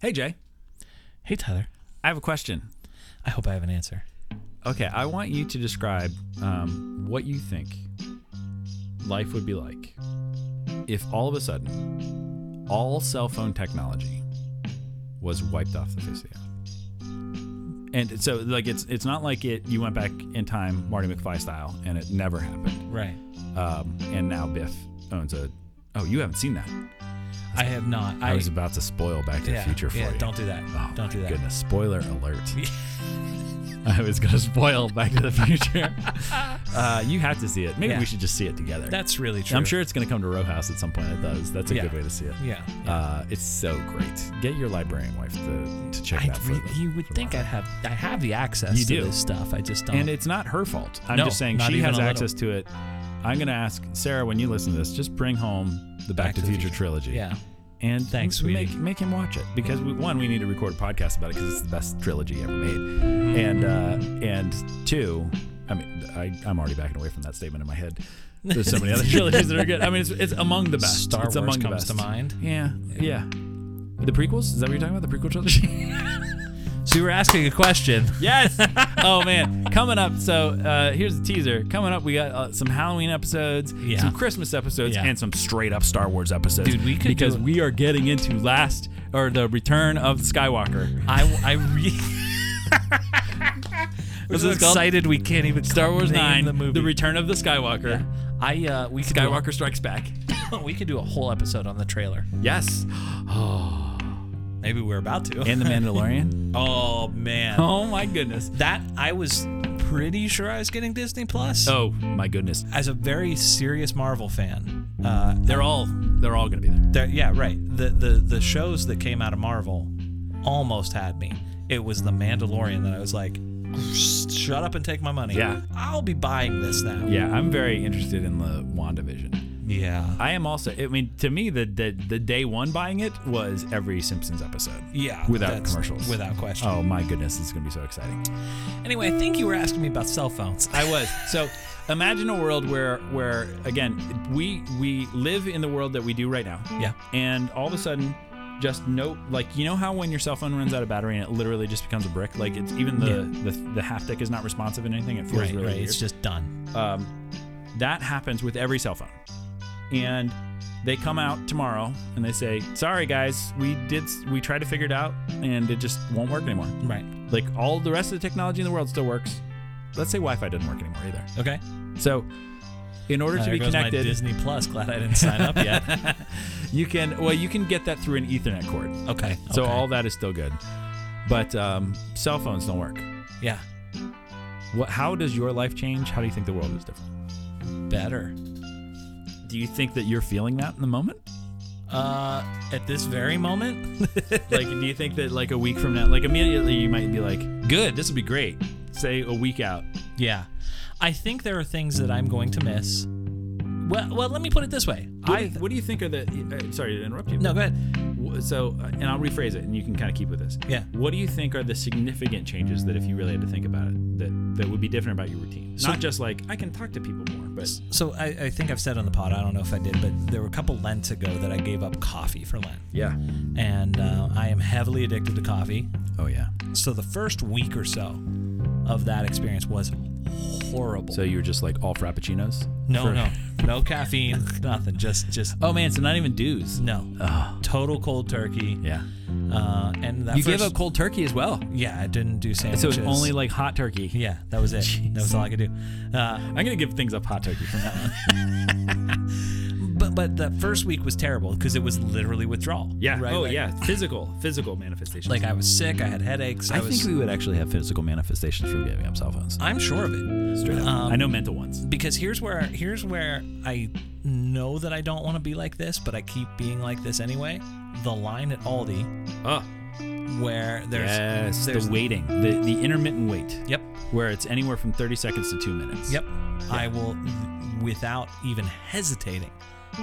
Hey, Jay, Hey, Tyler. I have a question. I hope I have an answer. Okay, I want you to describe um, what you think life would be like if all of a sudden all cell phone technology was wiped off the face of the earth. And so, like, it's it's not like it. You went back in time, Marty McFly style, and it never happened. Right. Um, and now Biff owns a. Oh, you haven't seen that. I have not. I, was about to spoil Back to yeah, the Future for yeah, you. Don't do that. Oh, don't do my that. Goodness, spoiler alert. I was gonna spoil Back to the Future. uh, you have to see it. Maybe Yeah. we should just see it together. That's really true. I'm sure it's gonna come to Row House at some point. It does. That's a Yeah. good way to see it. Yeah. Uh, it's so great. Get your librarian wife to, to check I that for re- the- you would for think I Marvel. have I have the access You to do. this stuff. I just don't. And it's not her fault. I'm No, just saying not she even has a little. access to it. I'm gonna ask Sarah when you listen to this. Just bring home the Back, to the Future, trilogy. yeah. And Thanks, m- sweetie. make make him watch it because we, one, we need to record a podcast about it because it's the best trilogy ever made, and uh, and two, I mean, I I'm already backing away from that statement in my head. There's so many other trilogies that are good. I mean, it's, it's among the best. Star it's Wars among the comes best. to mind. Yeah, yeah. The prequels? Is that what you're talking about? The prequel trilogy? So you were asking a question. yes. Oh man, coming up. So uh, here's a teaser. Coming up, we got uh, some Halloween episodes, Yeah. some Christmas episodes, Yeah. and some straight up Star Wars episodes. Dude, we could because do- we are getting into last or the Return of Skywalker. I I re- What's I'm this called? excited. We can't even Star Wars name Nine, the movie. Return of the Skywalker. I uh we could do a- Skywalker Strikes Back. we could do a whole episode on the trailer. Yes. Maybe we're about to. And the Mandalorian. oh man. oh my goodness. That I was pretty sure I was getting Disney Plus. Oh my goodness. As a very serious Marvel fan, uh, They're all they're all gonna be there. there, yeah, right. The the the shows that came out of Marvel almost had me. It was The Mandalorian that I was like, shut up and take my money. Yeah. I'll be buying this now. Yeah, I'm very interested in the WandaVision. Yeah. I am also. I mean, to me, the the, the day one buying it was every Simpsons episode. Yeah, Without that's- commercials. Uh. without question. Oh my goodness, it's gonna be so exciting. Anyway, I think you were asking me about cell phones. I was. So imagine a world where where again we we live in the world that we do right now. Yeah. And all of a sudden just no like you know how when your cell phone runs out of battery and it literally just becomes a brick like it's even the the, the haptic is not responsive in anything it feels Right, really right. weird. It's just done. um, that happens with every cell phone and they come out tomorrow and they say sorry guys we did s- we tried to figure it out and it just won't work anymore Right. like all the rest of the technology in the world still works let's say wi-fi doesn't work anymore either Okay. so, in order to There be goes my connected, Disney Plus. Glad I didn't sign up yet. you can well you can get that through an Ethernet cord. Okay. So okay. all that is still good, but um, cell phones don't work. yeah, What? How does your life change? How do you think the world is different? better. Do you think that you're feeling that in the moment? Uh, at this very moment, like, do you think that like a week from now, like immediately you might be like, good, this would be great. Say a week out. yeah, I think there are things that I'm going to miss. Well, well, let me put it this way. What, I do, you, what do you think are the? Uh, sorry to interrupt you. no, go ahead. Wh- So, uh, and I'll rephrase it, and you can kind of keep with this. Yeah. What do you think are the significant changes that, if you really had to think about it, that that would be different about your routine? So- Not just like I can talk to people more, but So I, I think I've said on the pod. I don't know if I did, but there were a couple Lents ago that I gave up coffee for Lent, yeah. and uh, I am heavily addicted to coffee. Oh yeah. So the first week or so of that experience was horrible. So you were just like all frappuccinos? no, For- no, no caffeine, nothing. Just, just Oh man, so not even dues. no. Total cold turkey. Yeah. Uh, and that you first, gave up cold turkey as well. Yeah, I didn't do sandwiches. So it's only like hot turkey. Yeah, that was it. That was all I could do. Uh, I'm gonna give things up hot turkey from now on. but but that first week was terrible because it was literally withdrawal. Yeah. Right. oh like, yeah. Physical, physical manifestations. Like I was sick. I had headaches. I, I, was. think we would actually have physical manifestations from giving up cell phones. I'm sure of it Straight up. Um, I know mental ones. because here's where here's where I know that I don't want to be like this, but I keep being like this anyway. The line at Aldi Oh. where there's Yes, there's the waiting, the, the intermittent wait. Yep. Where it's anywhere from 30 seconds to two minutes. Yep. I will, without even hesitating,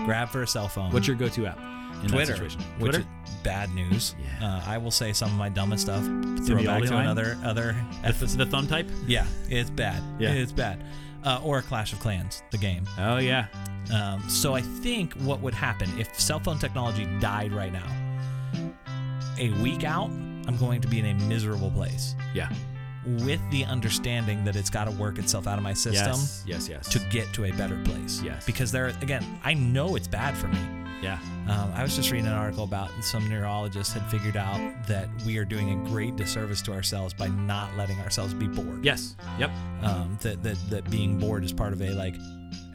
grab for a cell phone. What's your go to app in Twitter, that situation? which is bad news. Yeah. Uh, I will say some of my dumbest stuff. Throw the back Aldi to line? another other. the, the thumb type? Yeah, it's bad. Yeah. it's bad. Uh, or Clash of Clans, the game. Oh, yeah. Um, so I think what would happen if cell phone technology died right now? a week out, I'm going to be in a miserable place Yeah. with the understanding that it's got to work itself out of my system Yes. Yes. Yes. to get to a better place. Yes. Because there, again, I know it's bad for me. yeah. Um, I was just reading an article about some neurologists had figured out that we are doing a great disservice to ourselves by not letting ourselves be bored. Yes. Yep. Um, that, that, that being bored is part of a like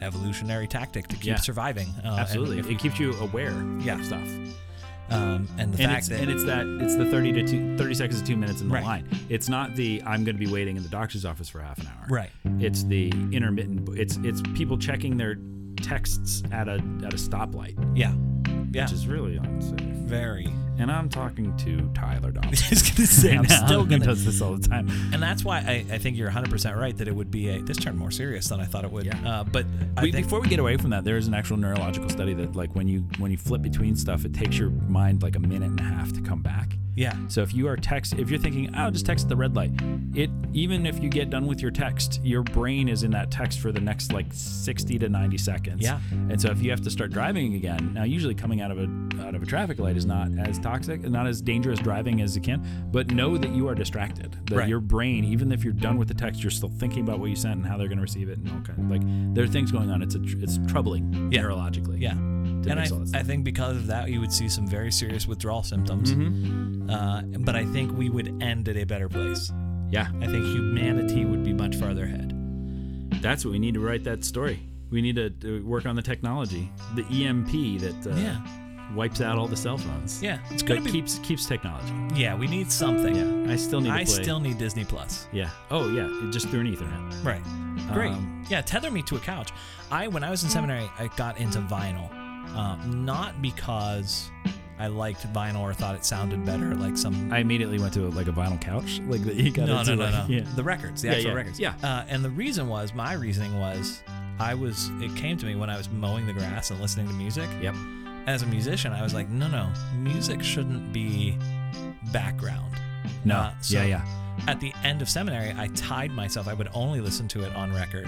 evolutionary tactic to keep Yeah. surviving. Uh, and Absolutely. if- it keeps you aware. Yeah. Of stuff. um, and the and fact it's, that and it's that it's the 30 to two, 30 seconds to two minutes in the Right. line it's not the i'm going to be waiting in the doctor's office for half an hour Right. it's the intermittent it's it's people checking their texts at a at a stoplight yeah, yeah, which is really unsafe very. and i'm talking to tyler Dawson. I was gonna say i'm now. still gonna does this all the time and that's why I, I think you're 100 percent right that it would be a. This turned more serious than I thought it would. Yeah. Uh, but I We, think before we get away from that, there is an actual neurological study that, like, when you when you flip between stuff, it takes your mind like a minute and a half to come back. yeah, So if you are text, if you're thinking, "Oh, just text the red light," it even if you get done with your text, your brain is in that text for the next like 60 to 90 seconds. Yeah. And so if you have to start driving again, now usually coming out of a out of a traffic light is not as toxic, not as dangerous driving as it can, but know that you are distracted. That Right. your brain, even if you're done with the text, you're still thinking about what you sent and how they're going to receive it, and all kind of like there are things going on. It's a tr- it's troubling Yeah. neurologically. yeah. To and mix I, all that I stuff. think because of that, you would see some very serious withdrawal symptoms. Mm-hmm. Uh, but I think we would end at a better place. yeah. I think humanity would be much farther ahead. That's what we need to write that story. We need to, to work on the technology, the EMP that uh, wipes out all the cell phones. yeah. It's that gonna be. keeps keeps technology. yeah, we need something. Yeah, I still need. To I play. still need Disney Plus. Yeah. Oh yeah, just through an Ethernet. Right. Great. Um, yeah, tether me to a couch. I when I was in seminary, I got into vinyl, um, not because I liked vinyl or thought it sounded better, like some. I immediately went to like a vinyl couch, like that you got no, no, into, no, no. like- Yeah. The records, the Yeah, actual yeah, records. yeah. Uh, and the reason was my reasoning was I was it came to me when I was mowing the grass and listening to music. Yep. As a musician, I was like, no, no, music shouldn't be background. No. Uh, so- yeah, yeah. At the end of seminary, I tied myself. I would only listen to it on record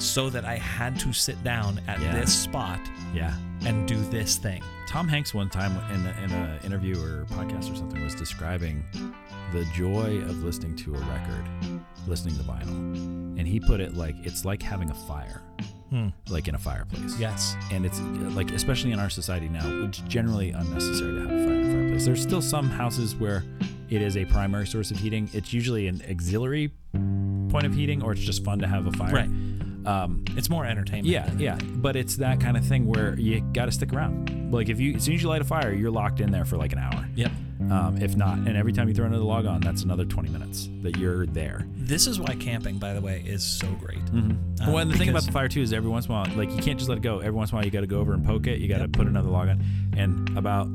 so that I had to sit down at Yeah. this spot Yeah. and do this thing. Tom Hanks one time in a, in an interview or podcast or something was describing the joy of listening to a record, listening to vinyl, and he put it like it's like having a fire, Hmm. like in a fireplace. Yes. and it's uh, like especially in our society now it's generally unnecessary to have a fire in a fireplace there's still some houses where it is a primary source of heating it's usually an auxiliary point of heating or it's just fun to have a fire Right. um, It's more entertainment. yeah yeah but it's that kind of thing where you gotta stick around like if you as soon as you light a fire you're locked in there for like an hour Yep. um, if not and every time you throw another log on that's another 20 minutes that you're there This is why camping, by the way, is so great. Um, Mm-hmm. well, and the thing about because- the fire too is every once in a while, like you can't just let it go. Every once in a while, you got to go over and poke it. You got to put another log on. And about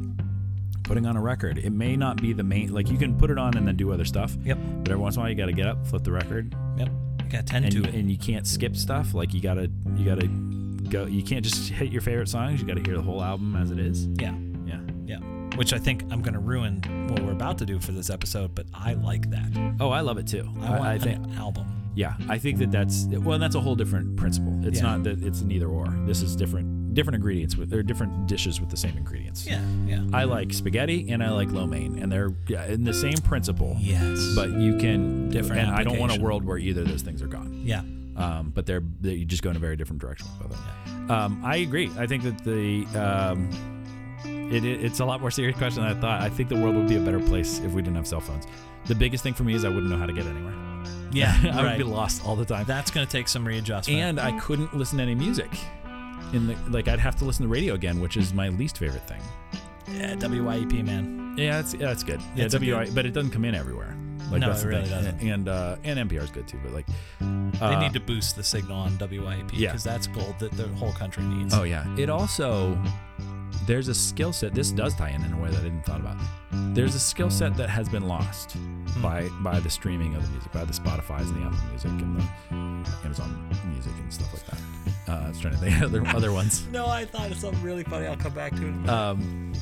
putting on a record, it may not be the main. Like you can put it on and then do other stuff. Yep. But every once in a while, you got to get up, flip the record, Yep. You gotta tend and to you, it. and you can't skip stuff. Like you gotta you gotta go. You can't just hit your favorite songs. You got to hear the whole album as it is. Yeah. Yeah. Yeah. Which I think I'm gonna ruin what we're about to do for this episode, but I like that. Oh, I love it too. I want I think. an album. Yeah, I think that that's well. That's a whole different principle. It's Yeah. not that it's an either or. This is different different ingredients with or different dishes with the same ingredients. Yeah. Yeah. I like spaghetti and I like lo mein, and they're yeah, in the same principle. Yes. But you can Different And I don't want a application. world where either of those things are gone. yeah. Um, but they're, they you just go in a very different direction with both of them. Um, I agree. I think that the um, it, it- it's a lot more serious question than I thought. I think the world would be a better place if we didn't have cell phones. The biggest thing for me is I wouldn't know how to get anywhere. Yeah. I right. would be lost all the time. That's gonna take some readjustment. and I couldn't listen to any music. In the like, I'd have to listen to radio again, which is my least favorite thing. yeah, WYEP man. Yeah, that's yeah, that's good. Yeah, It's a good- WI, but it doesn't come in everywhere. Like No, that's it the really thing. doesn't. And uh, and NPR is good too, but like uh, They need to boost the signal on WYEP because Yeah. that's gold that the whole country needs. Oh yeah. It also there's a skill set. This does tie in in a way that I didn't thought about. There's a skill set that has been lost Hmm. by by the streaming of the music, by the Spotify's and the Apple Music and the Amazon Music and stuff like that. Uh, I was trying to think of other other ones. No, I thought of something really funny. I'll come back to it. Um,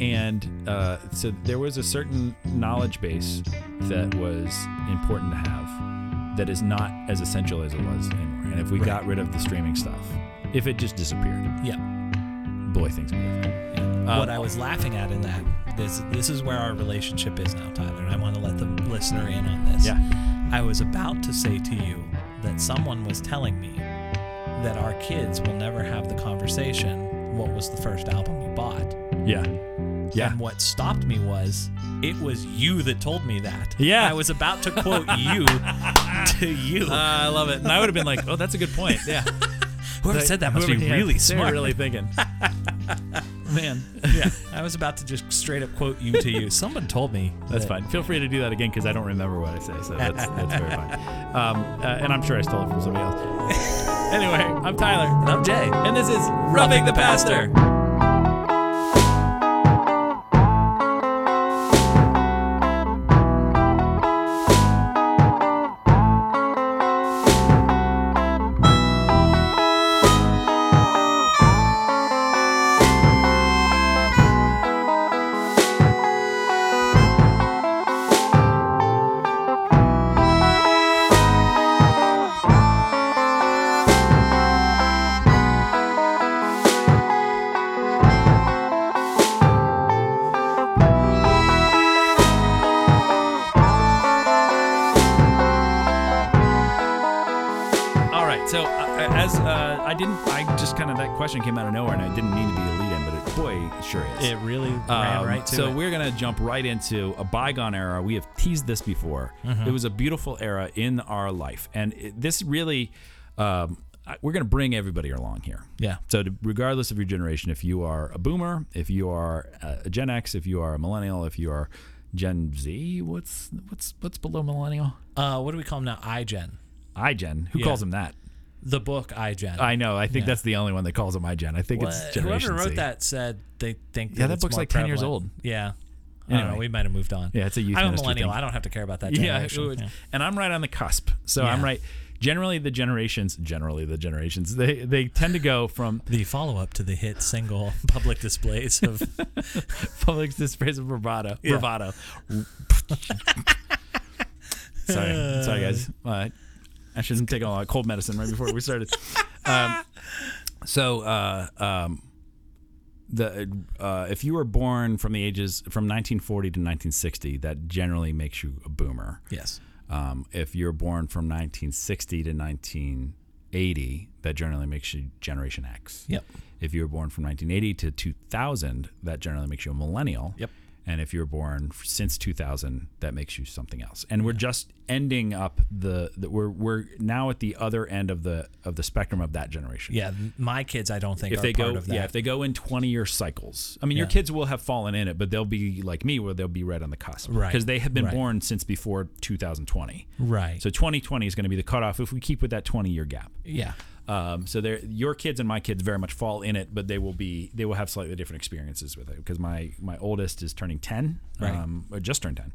and uh, so there was a certain knowledge base that was important to have that is not as essential as it was anymore. And if we Right. got rid of the streaming stuff, if it just disappeared, yeah. boy, things would be different. Um, Uh, what I was laughing at in that like this this is where our relationship is now, Tyler, and I want to let the listener in on this. Yeah. I was about to say to you that someone was telling me that our kids will never have the conversation what was the first album you bought. Yeah. Yeah. And what stopped me was it was you that told me that. Yeah. I was about to quote you to you. I love it. And I would have been like, oh, that's a good point. Yeah. Whoever said that must be Whoever- yeah, really they're smart. really thinking. Man. yeah. I was about to just straight up quote you to you. Someone told me. That's that- fine. Feel free to do that again because I don't remember what I say, so that's, that's very fine. Um, uh, and I'm sure I stole it from somebody else. anyway, I'm Tyler, And I'm Jay. and this is Rubbing the Pastor. All right. So uh, as uh, I didn't, I just kind of that question came out of nowhere, and I didn't need to be a lead-in, but it, boy, it sure is. It really Um, ran right to so it. we're gonna jump right into a bygone era. We have teased this before. Mm-hmm. It was a beautiful era in our life, and it, this really, um, I- we're gonna bring everybody along here. Yeah. So to, regardless of your generation, if you are a boomer, if you are uh, a Gen X, if you are a millennial, if you are Gen Z, what's what's what's below millennial? Uh, what do we call them now? iGen. iGen. Who Yeah. calls them that? The book iGen. I know. I think that's the only one that calls them iGen. I think What- it's Generation whoever wrote Z. that said they think Yeah, that it's book's more like 10 years prevalent. old. Yeah. I don't Anyway. know. We might have moved on. Yeah, it's a youth I'm a ministry millennial. thing. I don't have to care about that Yeah, generation. it was- and I'm right on the cusp. So I'm Yeah. right. Generally, the generations, generally the generations, they they tend to go from The follow up to the hit single "Public Displays" of public displays of bravado, Yeah. bravado. sorry, sorry guys. Uh, I shouldn't take a lot of cold medicine right before we started. Um, so, uh, um, the uh, if you were born from the ages from 1940 to 1960, that generally makes you a boomer. yes, Um, if you're born from 1960 to 1980, that generally makes you Generation X. Yep. If you were born from 1980 to 2000, that generally makes you a millennial. Yep. And if you were born f- since 2000, that makes you something else. And we're just ending up the, the we're we're now at the other end of the of the spectrum of that generation. yeah. My kids, I don't think If are they part go, of that. yeah, if they go in 20 year cycles, I mean, your Yeah. kids will have fallen in it, but they'll be like me, where they'll be right on the cusp, Right. Because they have been Right. born since before 2020, right. so 2020 is going to be the cutoff if we keep with that 20 year gap. yeah, Um, so there, your kids and my kids very much fall in it, but they will be they will have slightly different experiences with it because my my oldest is turning 10, Right. um, or just turned 10.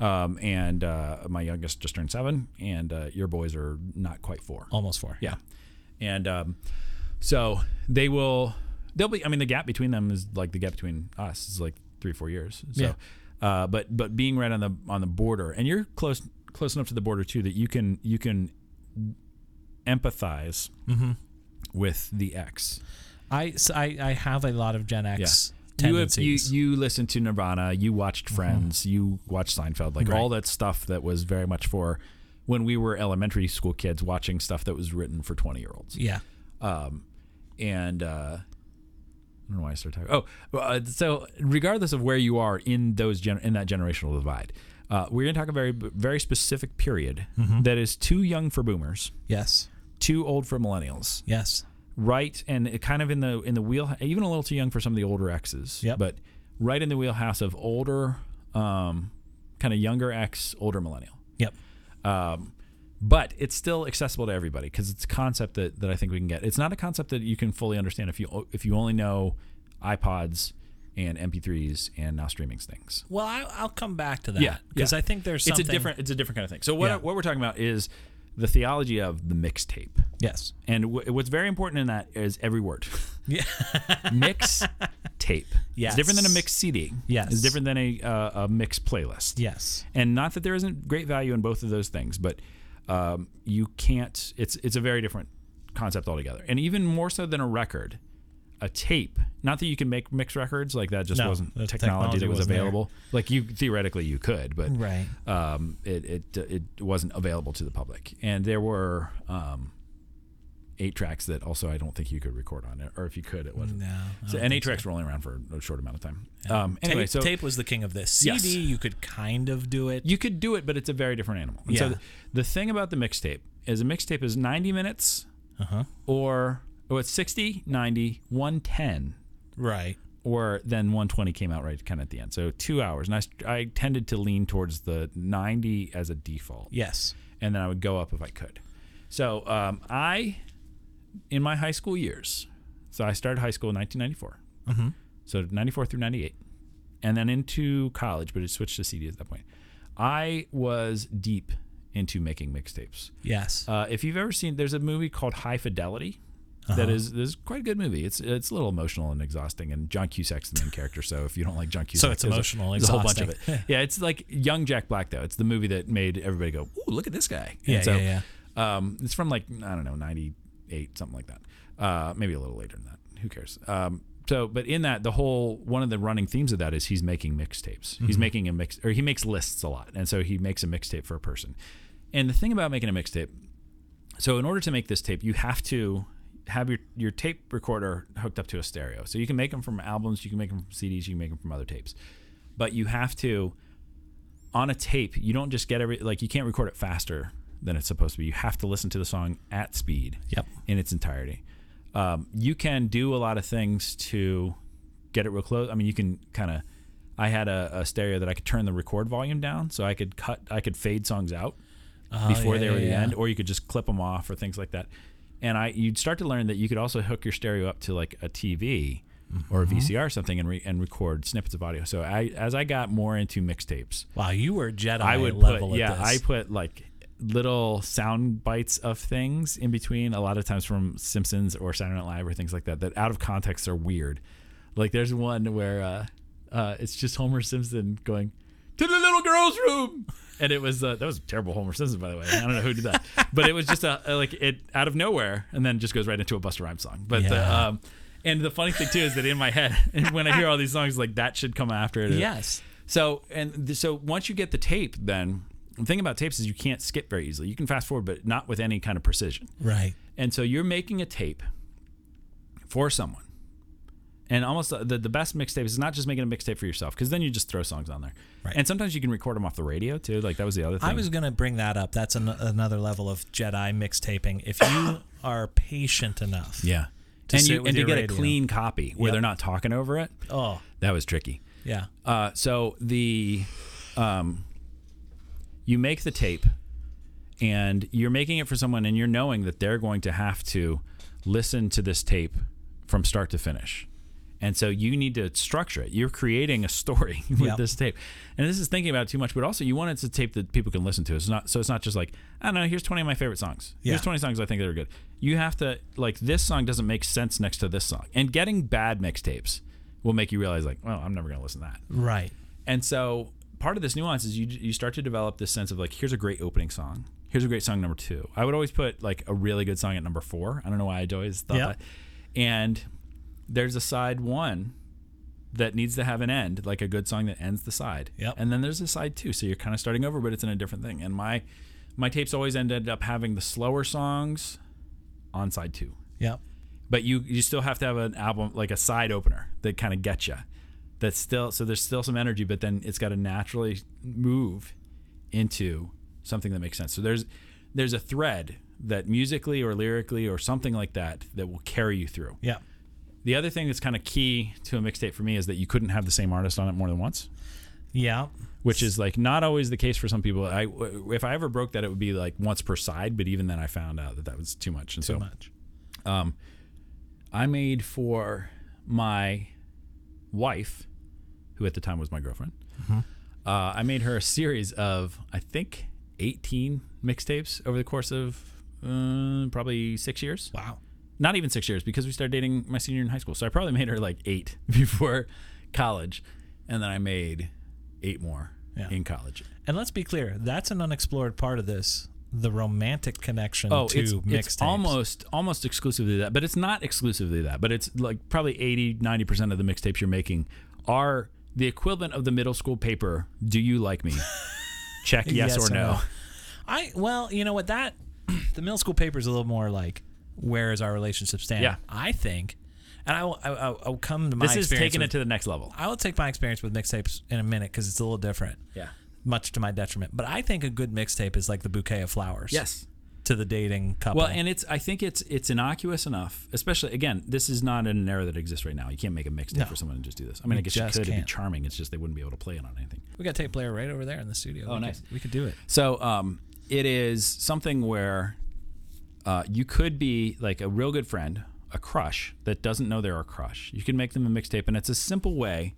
Um, and uh, my youngest just turned seven, and uh, your boys are not quite four. almost four. Yeah, and um, so they will. They'll be. I mean, the gap between them is like the gap between us is like three, four years. So, Yeah. uh, but but being right on the on the border, and you're close close enough to the border too that you can you can empathize Mm-hmm. with the ex. I, so I I have a lot of Gen X You, have, you tendencies. Mm-hmm. you listened to Nirvana, you watched Friends, you watched Seinfeld, like Right. all that stuff that was very much for when we were elementary school kids watching stuff that was written for twenty year olds. yeah, and uh, I don't know why I started talking. Oh, uh, so regardless of where you are in those gen- in that generational divide, uh, we're going to talk a very very specific period that is too young for boomers, yes, too old for millennials, yes, right? And it kind of in the in the wheel, even a little too young for some of the older X's. Yep. But right in the wheelhouse of older, um, kind of younger X, older millennial yep, but it's still accessible to everybody because it's a concept that, that I think we can get. It's not a concept that you can fully understand if you if you only know iPods and MP3s and now streaming things. Well, I, I'll come back to that. Yeah, because yeah. I think there's something. It's a different it's a different kind of thing. So what Yeah. what we're talking about is the theology of the mixtape. Yes. And w- what's very important in that is every word. Yeah. Mix tape. Yes. It's different than a mixed CD. Yes. It's different than a uh, a mixed playlist. Yes. and not that there isn't great value in both of those things but um, you can't it's it's a very different concept altogether and even more so than a record a tape. Not that you can make mixed records like that. Just No, wasn't the technology, technology that was wasn't there. available. Like you theoretically you could, but Right. um, it, it it wasn't available to the public. And there were um, eight tracks that also I don't think you could record on it, or if you could, it wasn't. No. So, and eight tracks were only around for a short amount of time. Um, anyway, tape, so tape was the king of this. CD, Yes. you could kind of do it. you could do it, but it's a very different animal. And so Yeah. the, the thing about the mixtape is a mixtape is 90 minutes Uh uh-huh. huh. or oh, it's 60, 90, 110, Right. or then 120 came out right kind of at the end. So two hours. And I, st- I tended to lean towards the 90 as a default. Yes. And then I would go up if I could. So um, I, in my high school years, so I started high school in 1994. Mm-hmm. So 94 through 98. And then into college, but it switched to CD at that point. I was deep into making mixtapes. Yes. Uh, if you've ever seen, there's a movie called High Fidelity. that Uh-huh. is this is quite a good movie. It's it's a little emotional and exhausting, and John Cusack's the main character. So if you don't like John Cusack, it's there's a- emotional, there's a whole bunch of it. exhausting. yeah, it's like young Jack Black though. It's the movie that made everybody go, "Ooh, look at this guy!" And Yeah, so, yeah, Um, it's from like I don't know, '98, something like that. Uh, maybe a little later than that. Who cares? Um, so, but in that, the whole one of the running themes of that is he's making mixtapes. He's Mm-hmm. making a mix, or he makes lists a lot, and so he makes a mixtape for a person. And the thing about making a mixtape so in order to make this tape, you have to have your, your tape recorder hooked up to a stereo. So you can make them from albums, you can make them from CDs, you can make them from other tapes. But you have to on a tape, you don't just get every like you can't record it faster than it's supposed to be. You have to listen to the song at speed Yep. in its entirety. Um, you can do a lot of things to get it real close. I mean, you can kind of. I had a, a stereo that I could turn the record volume down, so I could cut, I could fade songs out before Oh, Uh, yeah, they were yeah, the yeah. end, or you could just clip them off or things like that. And I, you'd start to learn that you could also hook your stereo up to like a TV or a Mm-hmm. VCR or something and re, and record snippets of audio. So I, as I got more into mixtapes, Wow, you were Jedi I would level put, at yeah, this. I put like little sound bites of things in between a lot of times from Simpsons or Saturday Night Live or things like that that out of context are weird. Like there's one where uh, uh, it's just Homer Simpson going to the little girl's room. And it was uh, that was a terrible Homer Simpson, by the way. I don't know who did that, but it was just a like it out of nowhere, and then just goes right into a Busta Rhymes song. But the, Yeah. um, and the funny thing too is that in my head, when I hear all these songs, like that should come after it. Yes. So and th- so once you get the tape, then the thing about tapes is you can't skip very easily. You can fast forward, but not with any kind of precision. Right. And so you're making a tape for someone. And almost uh, the, the best mixtape is not just making a mixtape for yourself, because then you just throw songs on there. Right. And sometimes you can record them off the radio too. Like that was the other thing. I was going to bring that up. That's an, another level of Jedi mixtaping. If you are patient enough. yeah. To and sit you, with and to your get a radio. clean copy where Yep. they're not talking over it, Oh, that was tricky. yeah. Uh, so the um, you make the tape and you're making it for someone and you're knowing that they're going to have to listen to this tape from start to finish. And so you need to structure it. You're creating a story with Yep. this tape. And this is thinking about it too much, but also you want it to tape that people can listen to. It's not so it's not just like, I don't know, here's 20 of my favorite songs. Here's Yeah. 20 songs I think that are good. You have to like this song doesn't make sense next to this song. And getting bad mixtapes will make you realize like, well, I'm never going to listen to that. Right. And so part of this nuance is you you start to develop this sense of like here's a great opening song. Here's a great song number 2. I would always put like a really good song at number 4. I don't know why I'd always thought Yeah. that. And there's a side 1 that needs to have an end, like a good song that ends the side. Yep. And then there's a side 2, so you're kind of starting over but it's in a different thing. And my my tapes always ended up having the slower songs on side 2 Yep. but you you still have to have an album like a side opener that kind of gets you that's still so there's still some energy but then it's got to naturally move into something that makes sense so there's there's a thread that musically or lyrically or something like that that will carry you through Yep. the other thing that's kind of key to a mixtape for me is that you couldn't have the same artist on it more than once Yeah. which is like not always the case for some people i if i ever broke that it would be like once per side but even then i found out that that was too much and so Too much. I made for my wife, who at the time was my girlfriend. Mm-hmm. Uh, I made her a series of, I think, 18 mixtapes over the course of uh, probably six years. Wow. Not even six years because we started dating my senior year in high school. So I probably made her like eight before college. And then I made eight more Yeah. in college. And let's be clear, that's an unexplored part of this the romantic connection Oh, to it's, mixtapes. it's almost almost exclusively that, but it's not exclusively that. But it's like probably 80, 90 percent of the mixtapes you're making are the equivalent of the middle school paper. Do you like me? Check yes, or, no. I well, you know what that the middle school paper is a little more like where is our relationship stand? Yeah. I think, and I will I, I, I'll come to my This is experience taking with- it to the next level. I will take my experience with mixtapes in a minute because it's a little different. Yeah. Much to my detriment, but I think a good mixtape is like the bouquet of flowers. Yes. To the dating couple. Well, and it's I think it's it's innocuous enough, especially again, this is not in an era that exists right now. You can't make a mixtape No. for someone to just do this. I mean, I guess you just could it'd be can't. charming. It's just they wouldn't be able to play it on anything. we got a tape player right over there in the studio. Oh, we nice. Could, we could do it. So um, it is something where uh, you could be like a real good friend, a crush that doesn't know they're a crush. You can make them a mixtape, and it's a simple way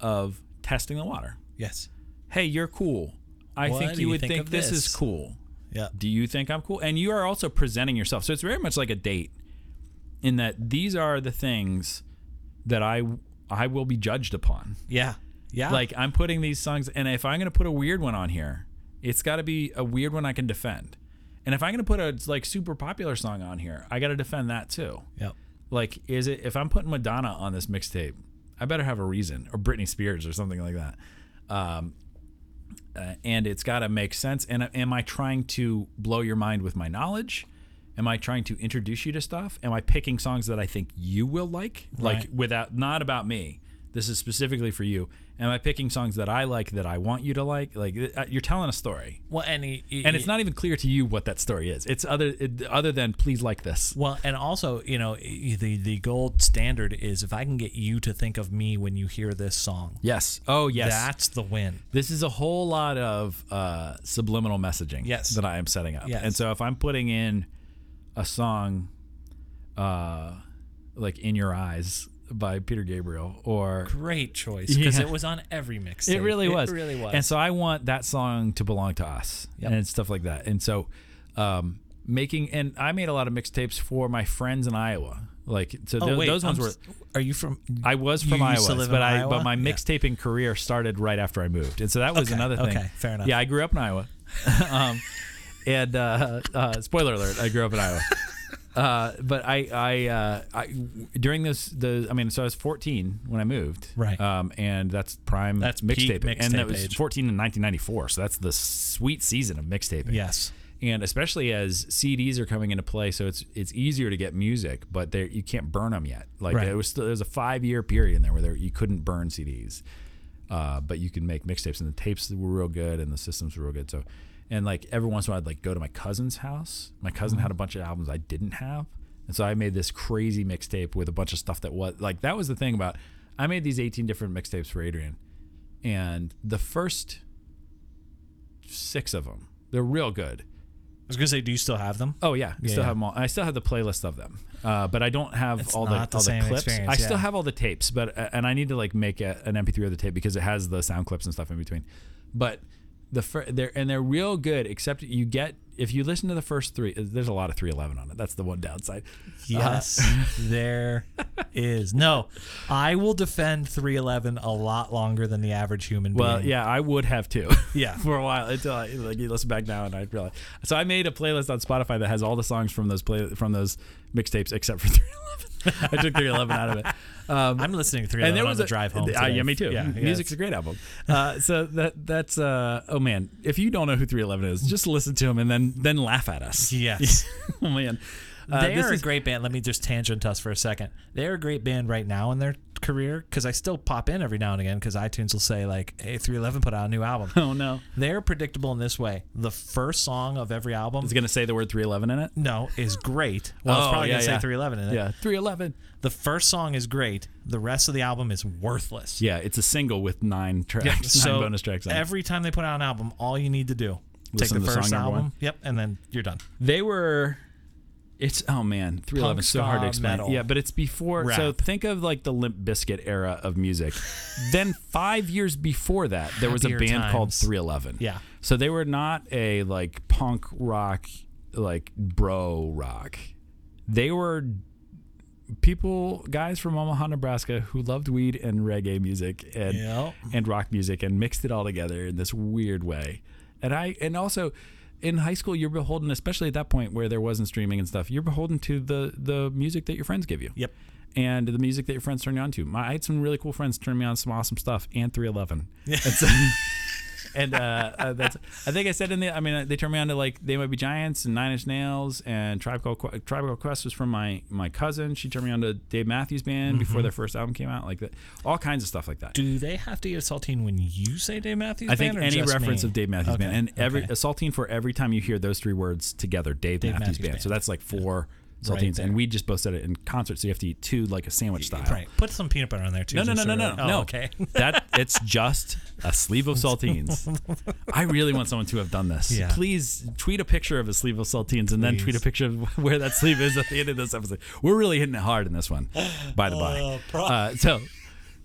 of testing the water. Yes. Hey, you're cool. I What think do you you would think think of this is this? cool. Yeah. do you think I'm cool? And you are also presenting yourself. So it's very much like a date in that these are the things that I I will be judged upon. Yeah. Yeah. Like I'm putting these songs and if I'm going to put a weird one on here, it's got to be a weird one I can defend. And if I'm going to put a like super popular song on here, I got to defend that too. Yep. Like is it if I'm putting Madonna on this mixtape, I better have a reason or Britney Spears or something like that. Um uh, and it's got to make sense. And uh, am I trying to blow your mind with my knowledge? Am I trying to introduce you to stuff? Am I picking songs that I think you will like? Like Right. without not about me. This is specifically for you. Am I picking songs that I like that I want you to like? Like uh, you're telling a story, Well, and he, he- and it's not even clear to you what that story is. It's other it, other than please like this. Well, and also, you know, i- the the gold standard is if I can get you to think of me when you hear this song, Yes. Oh yes. that's the win. This is a whole lot of uh, subliminal messaging Yes. that I am setting up. Yes. And so if I'm putting in a song uh, like In Your Eyes by Peter Gabriel or Great choice because Yeah. it was on every mix. it really was. It really was. And so I want that song to belong to us Yep. and stuff like that. And so um, making and I made a lot of mixtapes for my friends in Iowa. Like so tho- those ones Oh, I'm were s- Are you from? I was You from used Iowa, to live but in I Iowa? but my Yeah. mixtaping career started right after I moved, and so that was Okay, another thing. okay, fair enough. Yeah, I grew up in Iowa, um, and uh, uh, spoiler alert, I grew up in Iowa. Uh, but I, I, uh, I, during this, the, I mean, so I was 14 when I moved, Right. Um, and that's prime That's peak mixtape, and mixtape that was age. 14 in 1994, so that's the sweet season of mixtaping yes. and especially as CDs are coming into play, so it's it's easier to get music, but there you can't burn them yet. Like Right. there was still, there was a five year period in there where there, you couldn't burn CDs, uh, but you can make mixtapes, and the tapes were real good, and the systems were real good. So, and like every once in a while, I'd like go to my cousin's house. My cousin had a bunch of albums I didn't have, and so I made this crazy mixtape with a bunch of stuff that was like that was the thing about I made these eighteen different mixtapes for Adrian, and the first six of them they're real good. I was gonna say, do you still have them? Oh yeah, I Yeah, still yeah. have them all. I still have the playlist of them, uh, but I don't have It's all the, not the all the same clips. experience, I still yeah. have all the tapes, but uh, and I need to like make a, an MP3 of the tape because it has the sound clips and stuff in between. But the fir- they're and they're real good, except you get if you listen to the first three. uh, There's a lot of 311 on it. That's the one downside. Yes, there is. No, I will defend 311 a lot longer than the average human Well, being. yeah, I would have too. Yeah. for a while until I like you listen back now and I realize. So I made a playlist on Spotify that has all the songs from those play from those mixtapes except for 311. I took 311 out of it. Um, I'm listening to 311 on the drive home. Uh, today. yeah, me too. Yeah, yeah, Music's a great album. Uh, so that that's uh, oh man, if you don't know who 311 is, just listen to him and then then laugh at us. Yes. oh man, uh, they this are is- a great band. Let me just tangent us for a second. They are a great band right now in their career because I still pop in every now and again because iTunes will say like, "Hey, 311 put out a new album." oh no, They're predictable in this way: the first song of every album, it's gonna say the word 311 in it. no, is great. Well, Oh, it's probably yeah, gonna yeah. say 311 in it. Yeah, 311. The first song is great. The rest of the album is worthless. Yeah, it's a single with nine tracks, nine So bonus tracks. On it. every time they put out an album, all you need to do Listen take to the song first number album, one. yep, and then you're done. They were. It's oh man, three eleven so hard to ska, explain. metal, yeah, but it's before. So rap. think of like the Limp Biscuit era of music. then five years before that, there was a Happier band called times. Three Eleven. Yeah. So they were not a like punk rock, like bro rock. They were people, guys from Omaha, Nebraska, who loved weed and reggae music and Yep. and rock music and mixed it all together in this weird way. And I and also in high school you're beholden, especially at that point where there wasn't streaming and stuff, you're beholden to the the music that your friends give you. Yep. And the music that your friends turn you on to. My, I had some really cool friends turn me on to some awesome stuff and 311. Yeah. And, so- and, uh, uh, that's I think I said in the I mean uh, they turned me on to like They Might Be Giants and Nine Inch Nails and Tribe Called Qu- Tribe Called Quest was from my my cousin. She turned me on to Dave Matthews Band before their first album came out. Like that, all kinds of stuff like that. Do they have to get saltine when you say Dave Matthews? I think Band or any just reference me? of Dave Matthews Okay, Band and every okay. a saltine for every time you hear those three words together, Dave, Matthews, Matthews Band. Band. So that's like four Right saltines, there. and we just both said it in concert. So you have to eat two like a sandwich style. Right. Put some peanut butter on there too. No, no, no, just no, so no, we're- oh, no. Okay. that it's just a sleeve of saltines. I really want someone to have done this. Yeah. Please tweet a picture of a sleeve of saltines, and then tweet a picture of where that sleeve is at the end of this episode. We're really hitting it hard in this one, by the Oh, by. pro- Uh, so,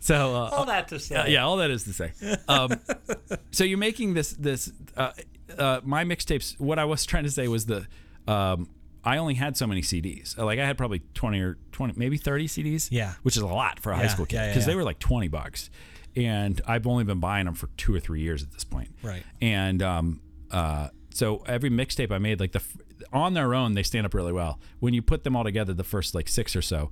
so uh, All that to say. yeah, yeah, all that is to say. Um, so you're making this this uh, uh, my mixtapes. What I was trying to say was the um, I only had so many CDs. Uh, Like I had probably twenty or twenty, maybe thirty CDs. Yeah. which is a lot for a high Yeah, school kid yeah, because yeah, they yeah. were like twenty bucks, and I've only been buying them for two or three years at this point. Right. And um, uh, so every mixtape I made, like the f- on their own, they stand up really well. When you put them all together, the first like six or so,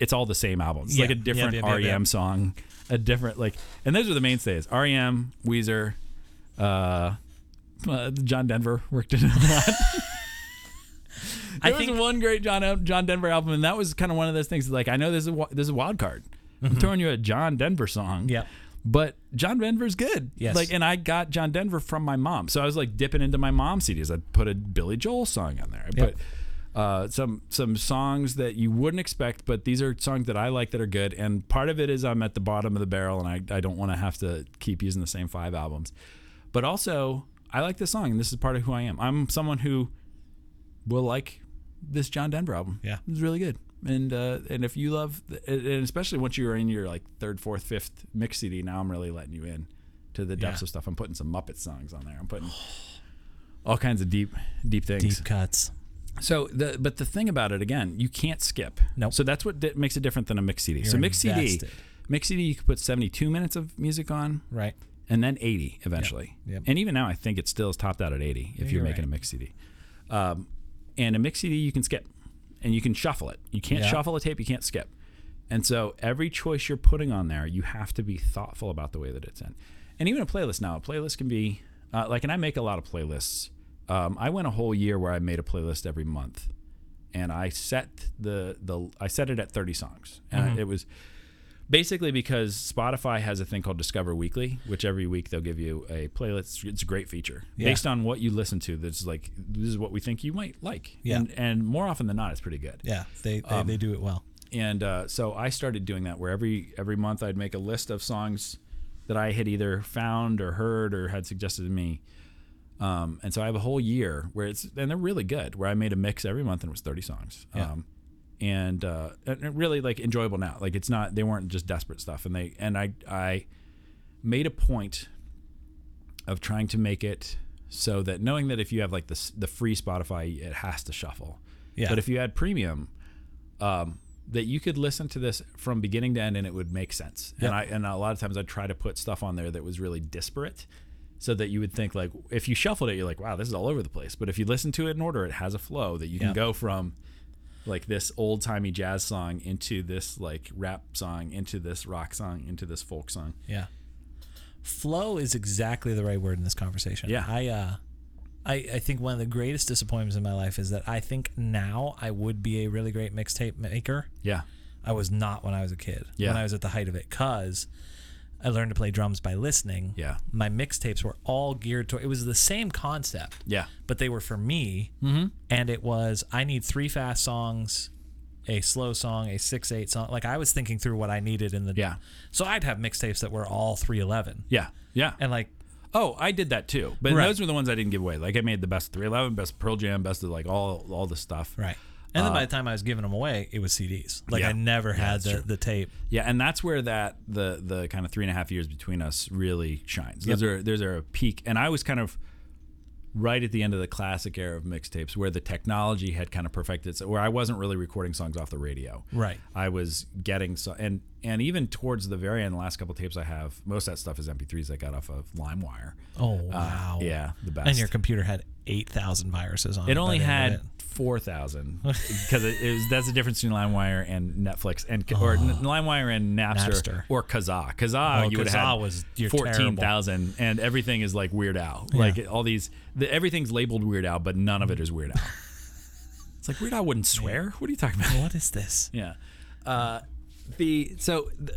it's all the same album. It's like a Yeah. Yeah, different yeah, yeah, REM yeah. song, a different like, and those are the mainstays: REM, Weezer, uh, uh, John Denver worked in it a lot. I There was think- one great John uh, John Denver album, and that was kind of one of those things. Like I know this is a, wa- this is a wild card. Mm-hmm. I'm throwing you a John Denver song. Yep. But John Denver's good. Yes. Like, and I got John Denver from my mom, so I was like dipping into my mom's CDs. I put a Billy Joel song on there. I Yep. put uh, some some songs that you wouldn't expect, but these are songs that I like that are good. And part of it is I'm at the bottom of the barrel, and I, I don't want to have to keep using the same five albums. But also, I like this song, and this is part of who I am. I'm someone who will like this John Denver album. Yeah. it's really good. And uh, and if you love, and and especially once you're in your like third, fourth, fifth mix CD, now I'm really letting you in to the depths Yeah. of stuff. I'm putting some Muppet songs on there. I'm putting all kinds of deep, deep things. Deep cuts. So the but the thing about it again, you can't skip. Nope. So that's what di- makes it different than a mix CD. so mix CD, invested. mix CD, you could put 72 minutes of music on Right. and then 80 eventually. Yep. And even now, I think it still is topped out at 80 if you're, you're making right. a mix CD. Um, and a mix CD, you can skip and you can shuffle it. You can't Yeah. shuffle a tape, you can't skip. And so every choice you're putting on there, you have to be thoughtful about the way that it's in. And even a playlist now, a playlist can be uh, like, and I make a lot of playlists. Um, I went a whole year where I made a playlist every month, and I set the the I set it at 30 songs, and Mm-hmm. it was basically because Spotify has a thing called Discover Weekly, which every week they'll give you a playlist. It's a great feature Yeah. based on what you listen to. That's like this is what we think you might like, Yeah. and and more often than not, it's pretty good. Yeah. They they, Um, they do it well. And uh, so I started doing that where every every month I'd make a list of songs that I had either found or heard or had suggested to me. Um, and so I have a whole year where it's and they're really good. Where I made a mix every month and it was thirty songs. Yeah. Um, and uh, and really like enjoyable now. Like it's not they weren't just desperate stuff. And they and I I made a point of trying to make it so that knowing that if you have like the s- the free Spotify, it has to shuffle. Yeah. But if you had premium, um, that you could listen to this from beginning to end and it would make sense. Yep. And I and a lot of times I'd try to put stuff on there that was really disparate, so that you would think like if you shuffled it, you're like, wow, this is all over the place. But if you listen to it in order, it has a flow that you can Yep. go from like this old timey jazz song into this like rap song into this rock song into this folk song. Yeah. Flow is exactly the right word in this conversation. Yeah. I uh I, I think one of the greatest disappointments in my life is that I think now I would be a really great mixtape maker. Yeah. I was not when I was a kid. Yeah. When I was at the height of it, cause I learned to play drums by listening. Yeah. My mixtapes were all geared toward. It was the same concept. Yeah. But they were for me, mm-hmm. and it was I need three fast songs, a slow song, a six eight song. Like I was thinking through what I needed in the. Yeah. So I'd have mixtapes that were all three eleven, Yeah. Yeah. and like Oh, I did that too. But Right. those were the ones I didn't give away. Like I made the best of 311, best of Pearl Jam, best of like all all the stuff. right. Uh, And then by the time I was giving them away, it was CDs. Like Yeah. I never had that's the, the tape. Yeah, and that's where that the the kind of three and a half years between us really shines. Those are those are a peak, and I was kind of right at the end of the classic era of mixtapes where the technology had kind of perfected so where I wasn't really recording songs off the radio. Right. I was getting so and and even towards the very end, the last couple tapes I have, most of that stuff is MP3s I got off of LimeWire. Oh wow. Yeah, the best. And your computer had eight thousand viruses on it. It only by the end had of it. four thousand because it, it was that's the difference between LimeWire and Netflix and or N- LimeWire and Napster, Napster. or Kazaa. Kazaa, Oh, you would Kazaa have was- you're fourteen thousand, and everything is like Weird Al. Like all these, the, everything's labeled Weird Al, but none of it is Weird Al. it's like Weird Al wouldn't swear. What are you talking about? What is this? Yeah. Uh, the so the,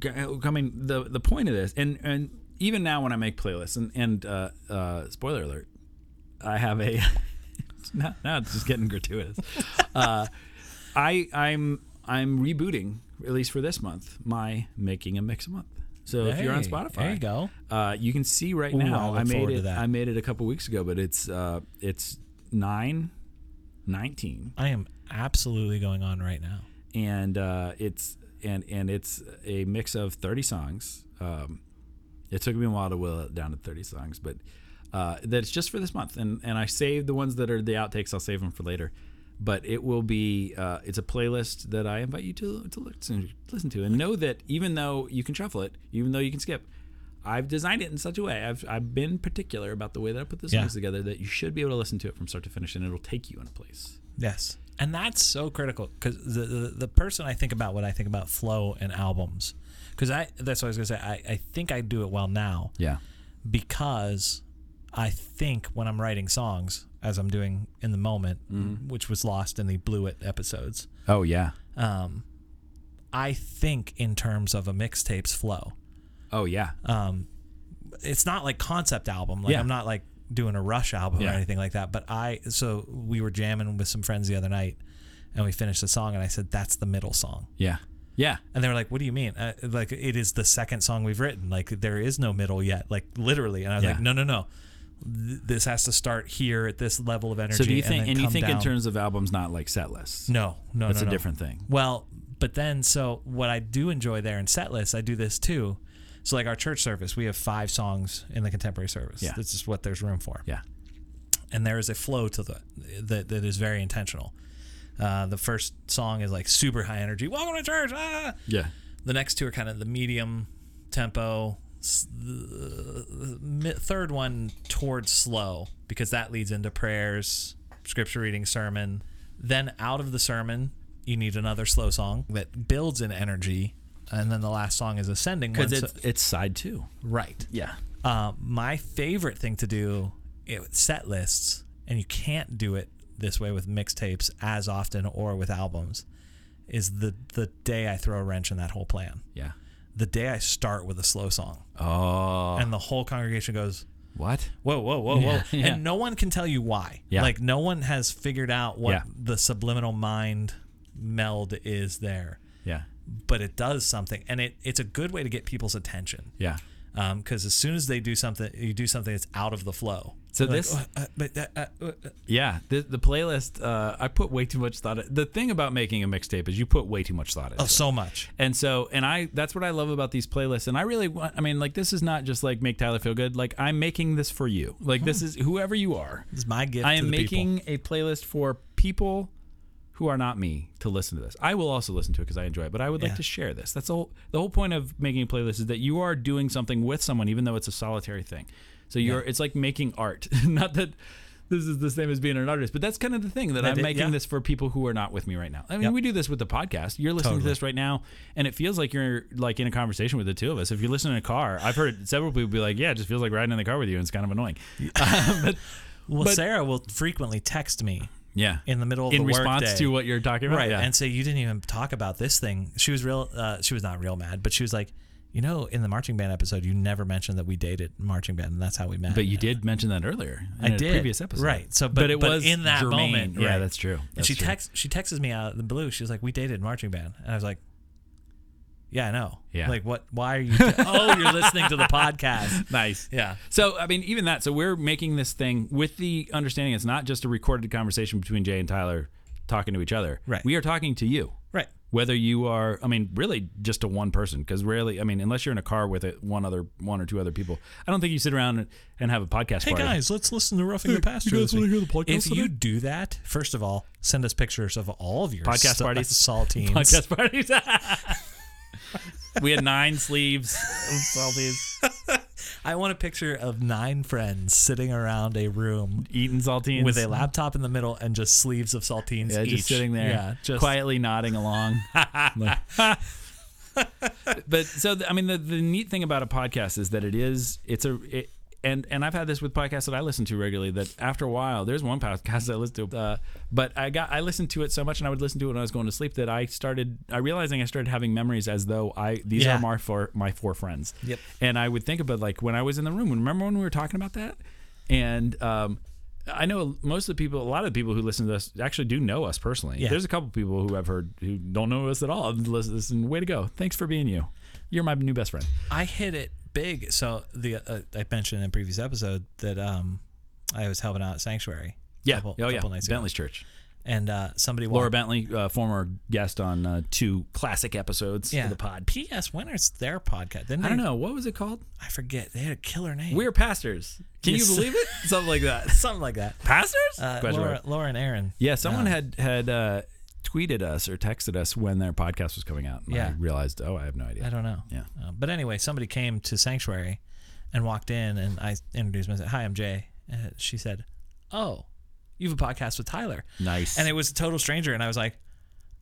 g- I mean the the point of this, and and even now when I make playlists, and and uh, uh, spoiler alert, I have a now, now it's just getting gratuitous. Uh, I I'm I'm rebooting at least for this month my making a mix a month. So if you're on Hey, Spotify, there you go. Uh, you can see right Ooh, I'll now. look I made forward to it. that. I made it a couple weeks ago, but it's uh, it's nine, nineteen I am absolutely going on right now. and uh, it's and and it's a mix of 30 songs. Um, it took me a while to will it down to 30 songs, but uh, that's just for this month. And and I saved the ones that are the outtakes. I'll save them for later. But it will be uh, it's a playlist that I invite you to to listen listen to and know that even though you can shuffle it, even though you can skip. I've designed it in such a way. I've, I've been particular about the way that I put the Yeah. songs together that you should be able to listen to it from start to finish, and it'll take you in a place. Yes. And that's so critical because the, the the person I think about when I think about flow and albums, because I that's what I was gonna say. I, I think I do it well now Yeah, because I think when I'm writing songs, as I'm doing in the moment, which was lost in the Blew It episodes, Oh yeah. um, I think in terms of a mixtape's flow. Oh yeah. Um, it's not like concept album. Like Yeah. I'm not like doing a Rush album Yeah. or anything like that. But I so we were jamming with some friends the other night, and we finished the song, and I said that's the middle song. Yeah. Yeah. And they were like, "What do you mean? Uh, like it is the second song we've written. Like there is no middle yet. Like literally." And I was Yeah. like, "No, no, no. Th- This has to start here at this level of energy." So do you think then and, you come think in down." terms of albums, not like set lists? No, no, that's no, a no. different thing. Well, but then so what I do enjoy there in set lists, I do this too. So like our church service, we have five songs in the contemporary service. Yeah. This is what there's room for. Yeah. And there is a flow to the that that is very intentional. Uh, the first song is like super high energy. Welcome to church. Ah! Yeah. The next two are kind of the medium tempo. S- The mi- third one towards slow because that leads into prayers, scripture reading, sermon. Then out of the sermon, you need another slow song that builds in energy, and then the last song is ascending. Because one, it's so- it's side two. right. Yeah. Uh, my favorite thing to do it, set lists, and you can't do it this way with mixtapes as often or with albums, is the the day I throw a wrench in that whole plan Yeah. the day I start with a slow song, Oh. and the whole congregation goes, What? "Whoa, whoa, whoa, Yeah, whoa!" yeah. And no one can tell you why. Yeah. Like no one has figured out what Yeah. the subliminal mind meld is there, Yeah. but it does something, and it it's a good way to get people's attention. Yeah. Because as soon as they do something, you do something that's out of the flow. So Like, this- "Oh, uh, but that, uh, uh, uh." Yeah. The the playlist. Uh, I put way too much thought. The thing about making a mixtape is you put way too much thought into oh, it. so much. And so, and I, that's what I love about these playlists. And I really want, I mean, like, this is not just like make Tyler feel good. Like, I'm making this for you. Like, this is whoever you are. It's my gift. I to am the people. making a playlist for people who are not me to listen to this. I will also listen to it because I enjoy it, but I would Yeah. like to share this. That's the whole, the whole point of making a playlist is that you are doing something with someone, even though it's a solitary thing. So you're, it's like making art. not that this is the same as being an artist, but that's kind of the thing that I'm it- making yeah. this for people who are not with me right now. I mean, Yep. we do this with the podcast. You're listening to Totally. this right now, and it feels like you're like in a conversation with the two of us. If you're listening in a car, I've heard several people be like, "Yeah, it just feels like riding in the car with you, and it's kind of annoying." Uh, but Well, but- Sarah will frequently text me yeah, in the middle of in the response workday. to what you're talking about. right Yeah. and so you didn't even talk about this thing she was real uh, she was not real mad but she was like you know in the marching band episode you never mentioned that we dated marching band and that's how we met but you did mention that earlier. In i a did previous episode, right so but, it but was in that germane. moment Yeah, right. that's true. and That's she true. texts she texts me out of the blue she's like we dated in marching band and i was like yeah i know Yeah. like what why are you oh you're listening to the podcast Nice. yeah So I mean, even that. So we're making this thing with the understanding it's not just a recorded conversation between Jay and Tyler talking to each other. Right. We are talking to you. right Whether you are, I mean, really just to one person, because rarely, I mean, unless you're in a car with it, one other, one or two other people, I don't think you sit around and- and have a podcast Hey party. guys, let's listen to Roughing the Pasture. guys this wanna week. hear the podcast If you today? do that, first of all, send us pictures of all of your Podcast stu- parties. saltines. podcast parties. we had nine sleeves of saltines, I want a picture of nine friends sitting around a room eating saltines with a laptop in the middle and just sleeves of saltines Yeah, each. just sitting there, Yeah, just quietly nodding along. Like, but so th- I mean, the the neat thing about a podcast is that it is it's a it, and and I've had this with podcasts that I listen to regularly. That after a while, there's one podcast I listen to, uh, but I got I listened to it so much, and I would listen to it when I was going to sleep that I started I realizing I started having memories as though I these Yeah. are my four my four friends. Yep. And I would think about like when I was in the room. Remember when we were talking about that? And um, I know most of the people, a lot of the people who listen to us actually do know us personally. Yeah. There's a couple people who I've heard who don't know us at all. and Listen, listen, way to go! Thanks for being you. You're my new best friend. I hit it big. So the uh, I mentioned in a previous episode that um I was helping out at Sanctuary. Yeah. couple, oh yeah. couple nights ago. Bentley's Church. and uh, somebody Laura walked. Bentley, uh, former guest on uh, two classic episodes Yeah, of the pod. P.S. Winner's their podcast. Didn't I they? don't know what was it called. I forget. They had a killer name. We're pastors. Can Yes. you believe it? Something like that. something like that. Pastors? Uh, Question mark. Laura, Laura and Aaron. Yeah, someone had had uh, tweeted us or texted us when their podcast was coming out. And Yeah. I realized, oh, I have no idea. I don't know. Yeah. Uh, but anyway, somebody came to sanctuary, and walked in, and I introduced myself. Hi, I'm Jay. And she said, "Oh, you have a podcast with Tyler." Nice. And it was a total stranger, and I was like,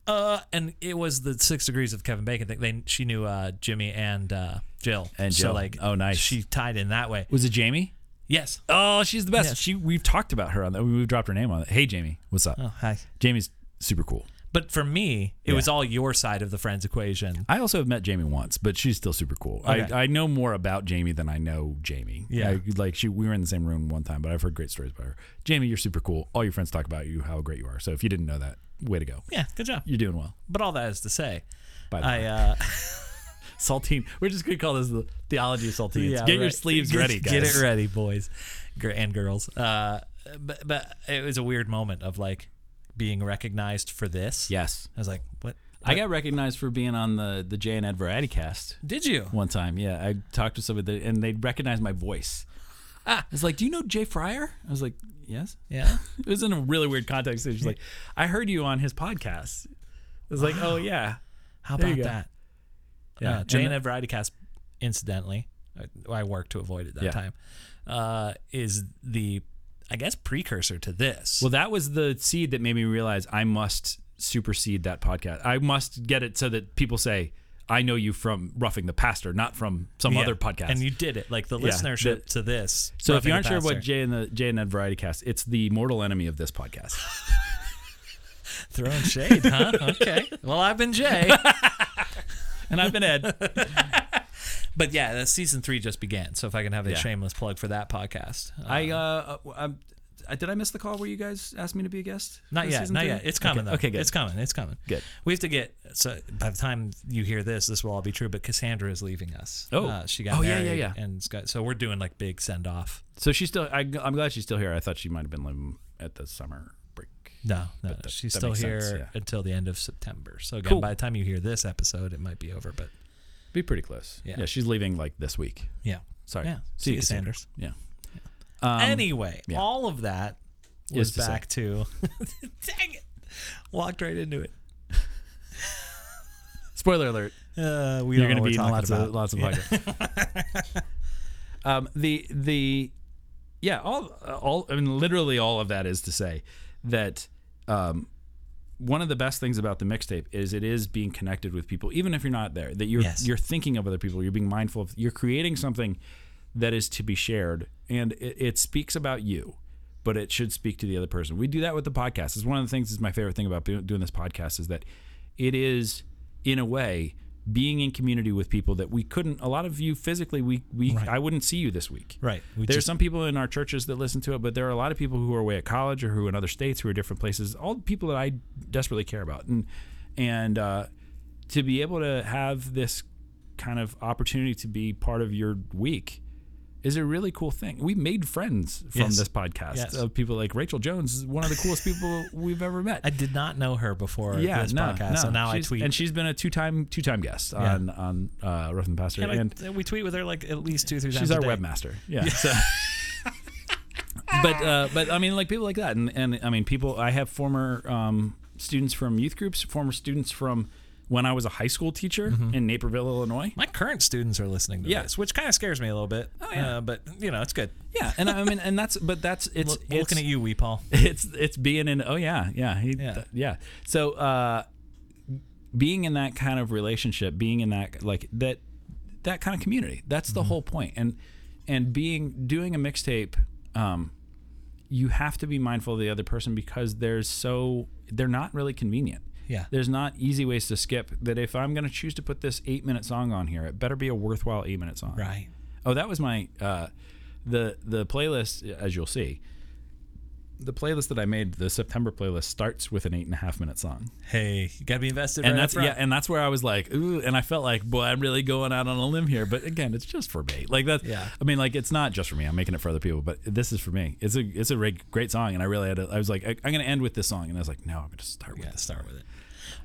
"Uh," and it was the Six Degrees of Kevin Bacon thing. They she knew uh, Jimmy and uh, Jill, And so Jill. like, Oh, nice. She tied in that way. was it Jamie? Yes. Oh, she's the best. Yes. She we've talked about her on that. We've dropped her name on it. Hey, Jamie, what's up? Oh, hi. Jamie's super cool. But for me, it was all your side of the friends equation. I also have met Jamie once, but she's still super cool. Okay. I, I know more about Jamie than I know Jamie. Yeah. I- like she, we were in the same room one time, but I've heard great stories about her. Jamie, you're super cool. All your friends talk about you, how great you are. So if you didn't know that, way to go. Yeah, good job. You're doing well. But all that is to say, By the way. I uh, Saltine. We're just gonna call this the theology of saltines. yeah, Get your right. sleeves Get- ready, guys. Get it ready, boys gir- and girls. Uh, but but it was a weird moment of like being recognized for this. Yes. I was like, what? I got recognized for being on the the J and Ed Variety Cast Did you? one time. Yeah, I talked to somebody that- and they recognized my voice. Ah, it's like, do you know Jay Fryer? I was like, yes. Yeah. It was in a really weird context. She's like, I heard you on his podcast. It was like, oh yeah, How There you about go. that? yeah. Uh, And Jane then- at Variety Cast, incidentally, uh, I, I worked to avoid it that Yeah. time, uh, is the, I guess, precursor to this. Well, that was the seed that made me realize I must supersede that podcast. I must get it so that people say, I know you from Roughing the Pastor, not from some Yeah. other podcast. And you did it. Like the Yeah, listenership the- to this. So if Roughing you the aren't sure Passer, what Jay and the Jay and Ed Variety Cast, it's the mortal enemy of this podcast. throwing shade, huh? Okay. Well, I've been Jay. and I've been Ed. But yeah, the season three just began. So if I can have a Yeah. shameless plug for that podcast, uh, I uh, i I did I miss the call where you guys asked me to be a guest? not for yet, season not three? yet. It's coming okay, though. Okay, good. It's coming. It's coming. Good. We have to get. So by the time you hear this, this will all be true. But Cassandra is leaving us. Oh. Uh, she got Oh, yeah, married. yeah, yeah. And it's got, so we're doing like big send off. so she's still. I, I'm glad she's still here. I thought she might have been living at the summer break. No, no, that- she's that still makes here sense, yeah. until the end of September. So again, Cool. by the time you hear this episode, it might be over. But Be pretty close. Yeah. Yeah, she's leaving like this week. yeah. Sorry. Yeah. See you, Cassandra. Cassandra. Yeah. Um, anyway, yeah. all of that Is was to say. back to. dang it! Walked right into it. spoiler alert. Uh, we You're going don't know to what be in talking lots about. of lots of podcasts. um, the the yeah, all all I mean, literally all of that is to say that um, one of the best things about the mixtape is it is being connected with people, even if you're not there. That you're Yes. you're thinking of other people, you're being mindful of, you're creating something that is to be shared, and it, it speaks about you. But it should speak to the other person. We do that with the podcast. It's one of the things that's my favorite thing about doing doing this podcast is that it is in a way being in community with people that we couldn't a lot of you physically we, we i wouldn't see you this week Right. We there's just- some people in our churches that listen to it but there are a lot of people who are away at college or who are in other states who are different places all the people that i desperately care about and and uh, to be able to have this kind of opportunity to be part of your week is a really cool thing. We made friends from Yes. this podcast Yes. of people like Rachel Jones is one of the coolest people we've ever met. I did not know her before yeah, this no, podcast, no. so now I She's- tweet. and she's been a two-time two-time guest on on uh, Rough and Pastor, And I- and we tweet with her like at least two, three times. She's our a day. webmaster. Yeah. So. but uh, but I mean, like people like that, and and I mean, people. I have former um, students from youth groups, former students from when I was a high school teacher in Naperville, Illinois. My current students are listening to Yeah. this, which kind of scares me a little bit. Oh, yeah. uh, but you know, it's good. Yeah, and I mean, and that's but that's it's Look, it's, looking at you, Wee Paul. it's it's being in oh yeah yeah he, Yeah. yeah. yeah so uh being in that kind of relationship being in that like that that kind of community that's Mm-hmm. the whole point and and being doing a mixtape um you have to be mindful of the other person because there's so they're not really convenient Yeah. there's not easy ways to skip that if i'm going to choose to put this eight minute song on here it better be a worthwhile eight minute song Right. Oh, that was my uh, the the playlist. As you'll see, the playlist that I made, the September playlist, starts with an eight and a half minute song, Hey, you gotta be invested. and right that's up yeah, front. and that's where I was like, ooh, and I felt like, boy, I'm really going out on a limb here. But again, it's just for me. Like that. Yeah. I mean, like it's not just for me. I'm making it for other people, but this is for me. It's a it's a re- great song, and I really had. To, I was like, I, I'm going to end with this song, and I was like, no, I'm going to start with yeah, this. start with it.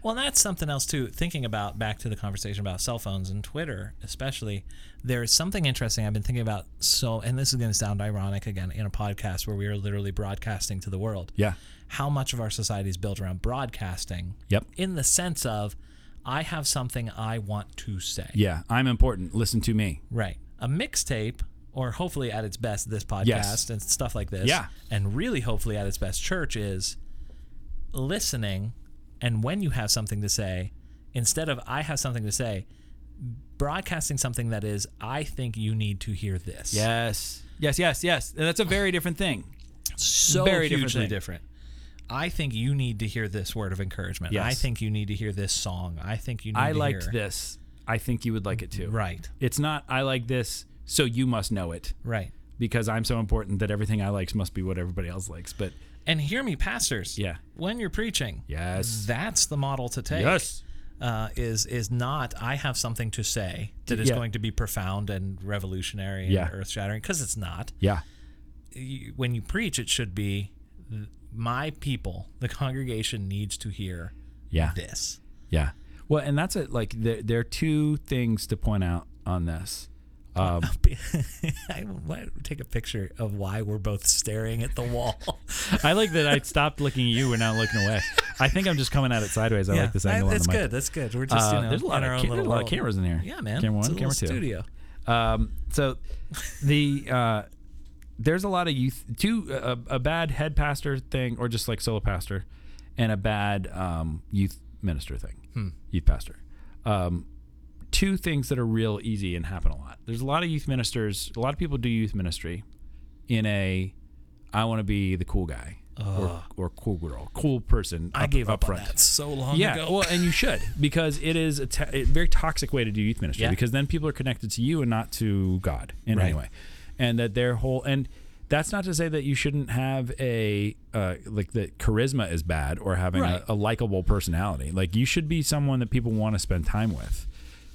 Well, that's something else too. Thinking about back to the conversation about cell phones and Twitter, especially, there is something interesting I've been thinking about. So, and this is going to sound ironic again in a podcast where we are literally broadcasting to the world. Yeah. How much of our society is built around broadcasting? Yep. In the sense of, I have something I want to say. Yeah. I'm important. Listen to me. Right. A mixtape, or hopefully at its best, this podcast Yes. and stuff like this. Yeah. And really, hopefully, at its best, church is listening. And when you have something to say, instead of I have something to say, broadcasting something that is, I think you need to hear this. Yes. Yes. Yes. Yes. And that's a very different thing. So Very different hugely thing. different. I think you need to hear this word of encouragement. Yes. I think you need to hear this song. I think you need I to liked hear. this. I think you would like it too. Right. It's not I like this, so you must know it Right. because I'm so important that everything I likes must be what everybody else likes. But And hear me, pastors. Yeah. When you're preaching, yes, that's the model to take. yes, uh, is is not I have something to say that is Yeah. going to be profound and revolutionary and Yeah. earth shattering because it's not. yeah, You, when you preach, it should be my people, the congregation needs to hear yeah, this. yeah. Well, and that's it. Like there, there are two things to point out on this. Um, I want to take a picture of why we're both staring at the wall. I like that I stopped looking at you. We're now looking away. I think I'm just coming at it sideways. I Yeah, like this I- angle. on that's the mic. good. That's good. We're just Uh, you know, there's a lot in of our ca- own there's little a lot of cameras in here. Yeah, man. Camera It's a one, little camera two. Studio. Um, so the uh, there's a lot of youth two a, a bad head pastor thing or just like solo pastor and a bad um, youth minister thing Hmm. youth pastor um, two things that are real easy and happen a lot there's a lot of youth ministers a lot of people do youth ministry in a I want to be the cool guy or, or cool girl cool person I up- gave up up, front on that so long yeah, ago. well, and you should because it is a, ta- a very toxic way to do youth ministry Yeah. because then people are connected to you and not to God in any Right. way, and that their whole and that's not to say that you shouldn't have a uh, like that charisma is bad or having Right. a, a likable personality. Like you should be someone that people want to spend time with,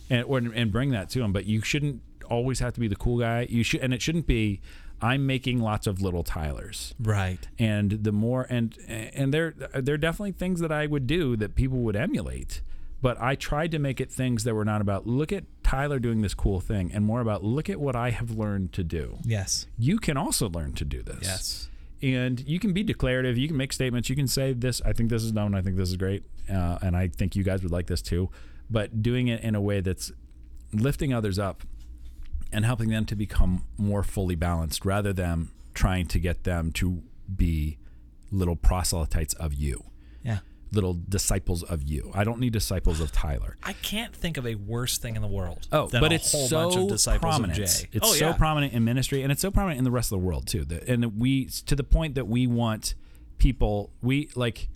and or, and bring that to them. But you shouldn't always have to be the cool guy. You should, and it shouldn't be. I'm making lots of little Tylers right. and the more and and there there are definitely things that I would do that people would emulate but I tried to make it things that were not about look at Tyler doing this cool thing and more about look at what I have learned to do Yes. you can also learn to do this Yes. and you can be declarative you can make statements you can say this I think this is dumb and I think this is great uh, and I think you guys would like this too but doing it in a way that's lifting others up and helping them to become more fully balanced rather than trying to get them to be little proselytes of you, Yeah. little disciples of you. I don't need disciples of Tyler. I can't think of a worse thing in the world. Oh, than but a it's whole so bunch of disciples prominent. Of Jay. It's oh, so yeah. prominent in ministry, and it's so prominent in the rest of the world too. That and that we to the point that we want people. We like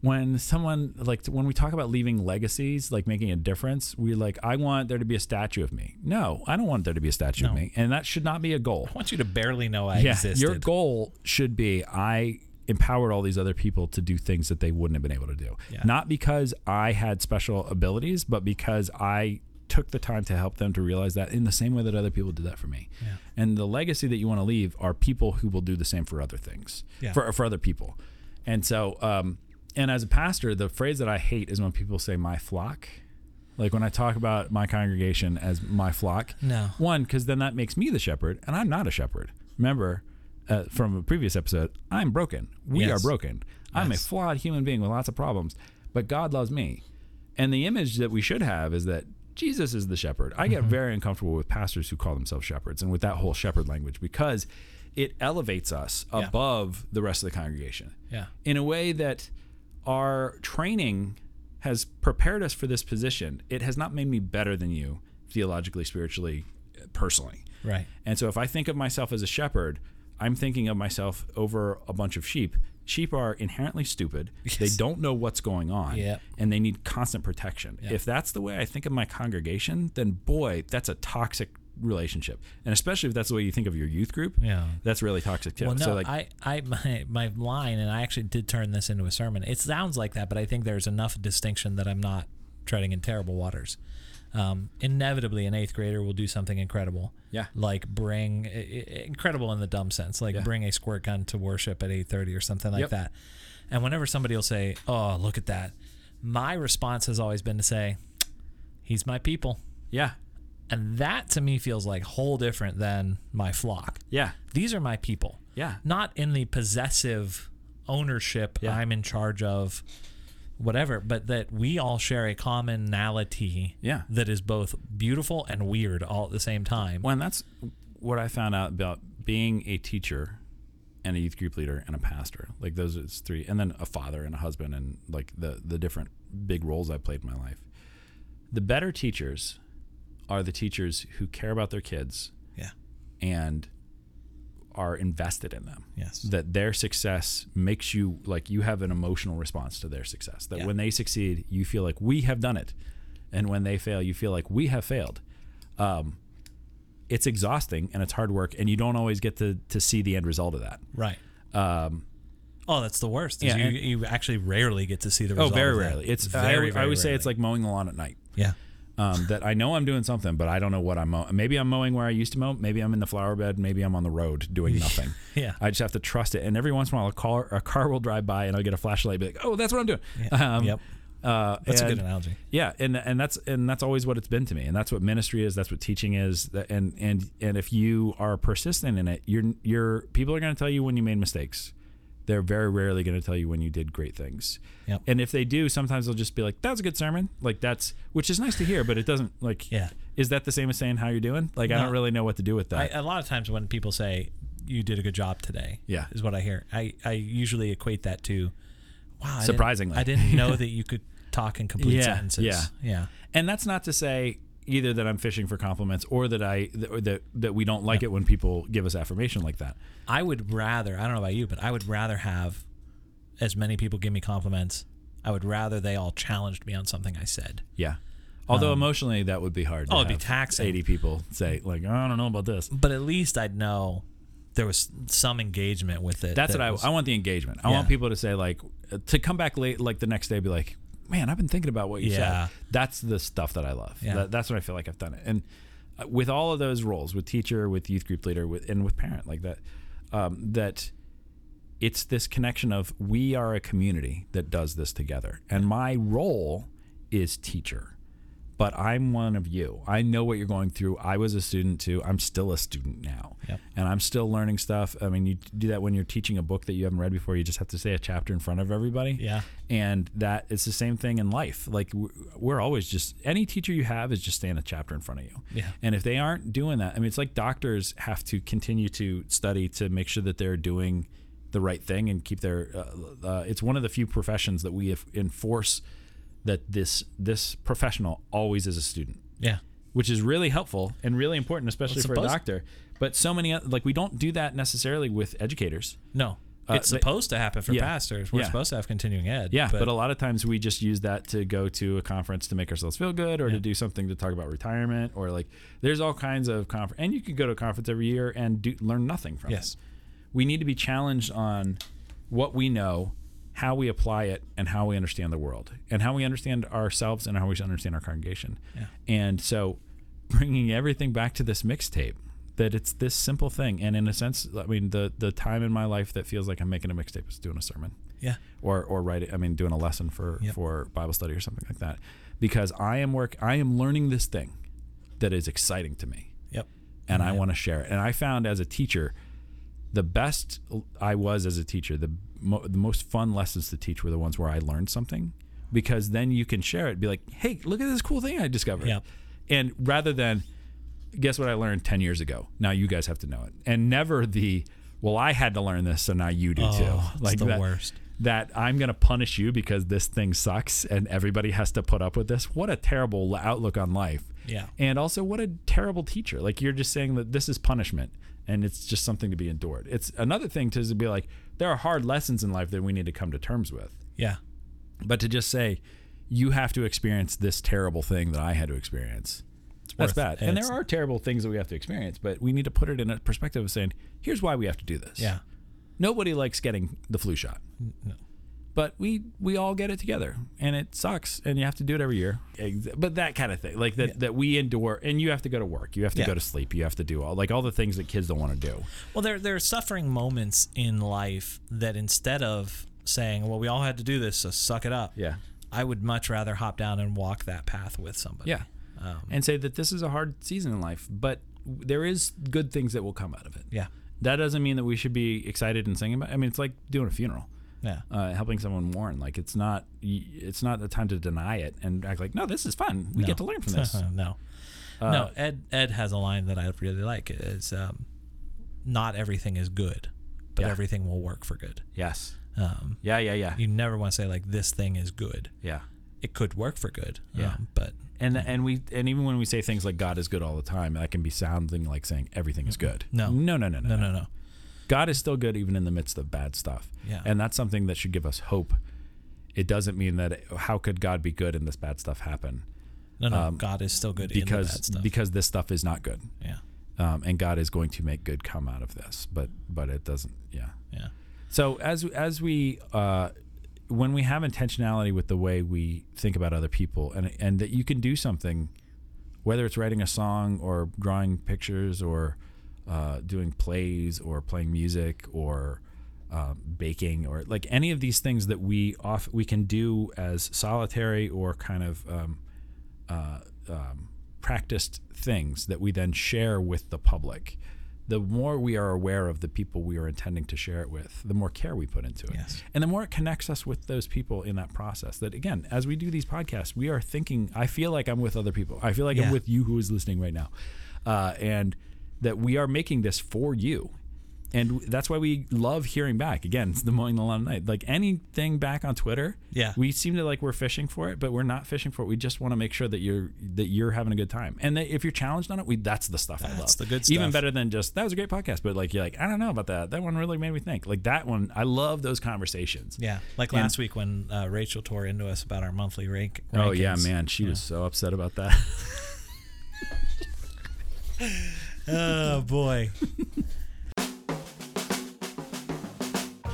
when someone like when we talk about leaving legacies, like making a difference. We like I want there to be a statue of me. No, I don't want there to be a statue of me, and that should not be a goal. I want you to barely know I existed. Your goal should be I empowered all these other people to do things that they wouldn't have been able to do. Yeah. Not because I had special abilities, but because I took the time to help them to realize that in the same way that other people did that for me. Yeah. And the legacy that you want to leave are people who will do the same for other things, Yeah. for, for other people. And so, um, and as a pastor, the phrase that I hate is when people say my flock. Like when I talk about my congregation as my flock, No. one, because then that makes me the shepherd, and I'm not a shepherd. Remember, uh, from a previous episode, I'm broken. We Yes. are broken. I'm a Yes. flawed human being with lots of problems, but God loves me. And the image that we should have is that Jesus is the shepherd. I Mm-hmm. get very uncomfortable with pastors who call themselves shepherds and with that whole shepherd language because it elevates us Yeah. above the rest of the congregation Yeah. in a way that our training has prepared us for this position. It has not made me better than you theologically, spiritually, personally. Right. And so if I think of myself as a shepherd, I'm thinking of myself over a bunch of sheep. Sheep are inherently stupid. They don't know what's going on Yep. and they need constant protection. If that's the way I think of my congregation, then boy, that's a toxic relationship. And especially if that's the way you think of your youth group, Yeah. that's really toxic too. Well, no, so like I, I, my, my line, and I actually did turn this into a sermon. It sounds like that, but I think there's enough distinction that I'm not treading in terrible waters. Um, inevitably, an eighth grader will do something incredible. Yeah. like bring i- i- incredible in the dumb sense, like bring a squirt gun to worship at 8:30 or something like Yep. that. And whenever somebody will say, "Oh, look at that," my response has always been to say, "He's my people," yeah. and that to me feels like whole different than my flock. Yeah. These are my people Yeah. not in the possessive ownership Yeah. I'm in charge of whatever but that we all share a commonality Yeah. that is both beautiful and weird all at the same time Well, and that's what I found out about being a teacher and a youth group leader and a pastor. Like those is three, and then a father and a husband, and like the the different big roles I played in my life. The better teachers are the teachers who care about their kids yeah and are invested in them. Yes. That their success makes you like you have an emotional response to their success. That Yeah. when they succeed, you feel like we have done it, and when they fail, you feel like we have failed. Um, it's exhausting and it's hard work, and you don't always get to to see the end result of that. right Um, oh that's the worst is Yeah, you, and- you actually rarely get to see the oh, result very of that. rarely. It's I, Very, always- I very always say it's rarely. like mowing the lawn at night. yeah um, that I know I'm doing something, but I don't know what I'm mowing. Maybe I'm mowing where I used to mow. Maybe I'm in the flower bed. Maybe I'm on the road doing nothing. Yeah. I just have to trust it. And every once in a while, a car, a car will drive by and I'll get a flashlight and be like, oh, that's what I'm doing. Yeah. Yep. Uh, that's a and- good analogy Yeah. And, and that's, and that's always what it's been to me. And that's what ministry is. That's what teaching is. That- And, and, and if you are persistent in it, you're, you're, people are going to tell you when you made mistakes. They're very rarely going to tell you when you did great things. Yep. And if they do, sometimes they'll just be like, "That's a good sermon." Like that's, which is nice to hear, but it doesn't like. Yeah. Is that the same as saying how you're doing? Like I No. don't really know what to do with I, that. a lot of times when people say you did a good job today, Yeah. is what I hear. I, I usually equate that to, wow, I didn't- Surprisingly. I didn't, know that you could talk in complete Yeah, sentences. yeah. yeah, and that's not to say either that I'm fishing for compliments or that I th- that that we don't like it when people give us affirmation like that. I would rather. I don't know about you, but I would rather have as many people give me compliments. I would rather they all challenged me on something I said. Yeah. Although emotionally that would be hard. to Um, Oh, it'd be have taxing. Eighty people say like, "I don't know about this." But at least I'd know there was some engagement with it. That's that what I, was- I want the engagement. I want Yeah. people to say like uh, to come back late like the next day be like, "Man, I've been thinking about what you Yeah. said." That's the stuff that I love. Yeah. That, that's when I feel like I've done it. And uh, with all of those roles, with teacher, with youth group leader, with and with parent like that um, that it's this connection of we are a community that does this together. And my role is teacher. But I'm one of you. I know what you're going through. I was a student too. I'm still a student now. Yep. And I'm still learning stuff. I mean, you do that when you're teaching a book that you haven't read before. You just have to say a chapter in front of everybody. Yeah. And that it's the same thing in life. Like w- we're always just any teacher you have is just staying a chapter in front of you. Yeah. And if they aren't doing that, I mean, it's like doctors have to continue to study to make sure that they're doing the right thing and keep their. Uh, uh, it's one of the few professions that we have enforce that this this professional always is a student, yeah. which is really helpful and really important, especially It's for a supposed- doctor. But so many oth- like we don't do that necessarily with educators. No, Uh, it's but- supposed to happen for Yeah. pastors. We're Yeah. supposed to have continuing ed. Yeah, but, a lot of times we just use that to go to a conference to make ourselves feel good or to do something to talk about retirement or like there's all kinds of conference and you could go to a conference every year and do learn nothing from it. Yes. We need to be challenged on what we know how we apply it and how we understand the world and how we understand ourselves and how we should understand our congregation. Yeah. And so bringing everything back to this mixtape that it's this simple thing and in a sense I mean the the time in my life that feels like I'm making a mixtape is doing a sermon Yeah. or or writing I mean doing a lesson for Yep. for Bible study or something like that because I am work I am learning this thing that is exciting to me Yep. and I want to share it. And I found as a teacher, the best I was as a teacher, the, mo- the most fun lessons to teach were the ones where I learned something because then you can share it, be like, hey, look at this cool thing I discovered. Yep. And rather than, guess what I learned 10 years ago? Now you guys have to know it. And never the, well, I had to learn this, so now you do Oh, too. it's the worst. That I'm going to punish you because this thing sucks and everybody has to put up with this. What a terrible outlook on life. Yeah. And also, what a terrible teacher. Like, you're just saying that this is punishment and it's just something to be endured. It's another thing to just be like, there are hard lessons in life that we need to come to terms with. Yeah. But to just say, you have to experience this terrible thing that I had to experience, that's worth- bad. and And it's- there are terrible things that we have to experience, but we need to put it in a perspective of saying, here's why we have to do this. Yeah. Nobody likes getting the flu shot. No. But we we all get it together, and it sucks, and you have to do it every year. Ex- But that kind of thing, like that, that we endure, and you have to go to work, you have to Yeah. go to sleep, you have to do all like all the things that kids don't want to do. Well, there there are suffering moments in life that instead of saying, "Well, we all had to do this, so suck it up," Yeah. I would much rather hop down and walk that path with somebody. Yeah, Um, and say that this is a hard season in life, but there is good things that will come out of it. yeah, That doesn't mean that we should be excited and singing about. I mean, it's like doing a funeral. yeah, uh, helping someone mourn. Like it's not y- it's not the time to deny it and act like no, this is fun. We get to learn from this. Uh, no, no. Ed Ed has a line that I really like. It's um, not everything is good, but Yeah. everything will work for good. yes. Um, Yeah. Yeah. Yeah. you never want to say like this thing is good. Yeah. It could work for good. Yeah. um, but And and we and even when we say things like God is good all the time, that can be sounding like saying everything is good. No. No. No. No. No. no, no, no. God is still good even in the midst of bad stuff. Yeah. And that's something that should give us hope. It doesn't mean that how could God be good and this bad stuff happen No, no, God is still good in the Um, because bad stuff. because this stuff is not good, yeah, um, and God is going to make good come out of this. But but it doesn't. Yeah. yeah, So as as we uh, when we have intentionality with the way we think about other people, and and that you can do something, whether it's writing a song or drawing pictures or uh, doing plays or playing music or um, baking or like any of these things that we off we can do as solitary or kind of um, practiced things that we then share with the public, the more we are aware of the people we are intending to share it with, the more care we put into it. Yes. And the more it connects us with those people in that process. That again, as we do these podcasts, we are thinking, I feel like I'm with other people. I feel like Yeah. I'm with you who is listening right now. Uh, and that we are making this for you. And that's why we love hearing back. Again, it's the mowing the lawn night. Like anything back on Twitter, Yeah. we seem to like we're fishing for it, but we're not fishing for it. We just want to make sure that you're that you're having a good time, and that if you're challenged on it, we that's the stuff I love. That's the good Even stuff. better than just that was a great podcast, but like you're like I don't know about that. That one really made me think. Like that one, I love those conversations. yeah. Like last week when uh, Rachel tore into us about our monthly rank. Oh yeah, rankings. man, she was so upset about that. Oh boy.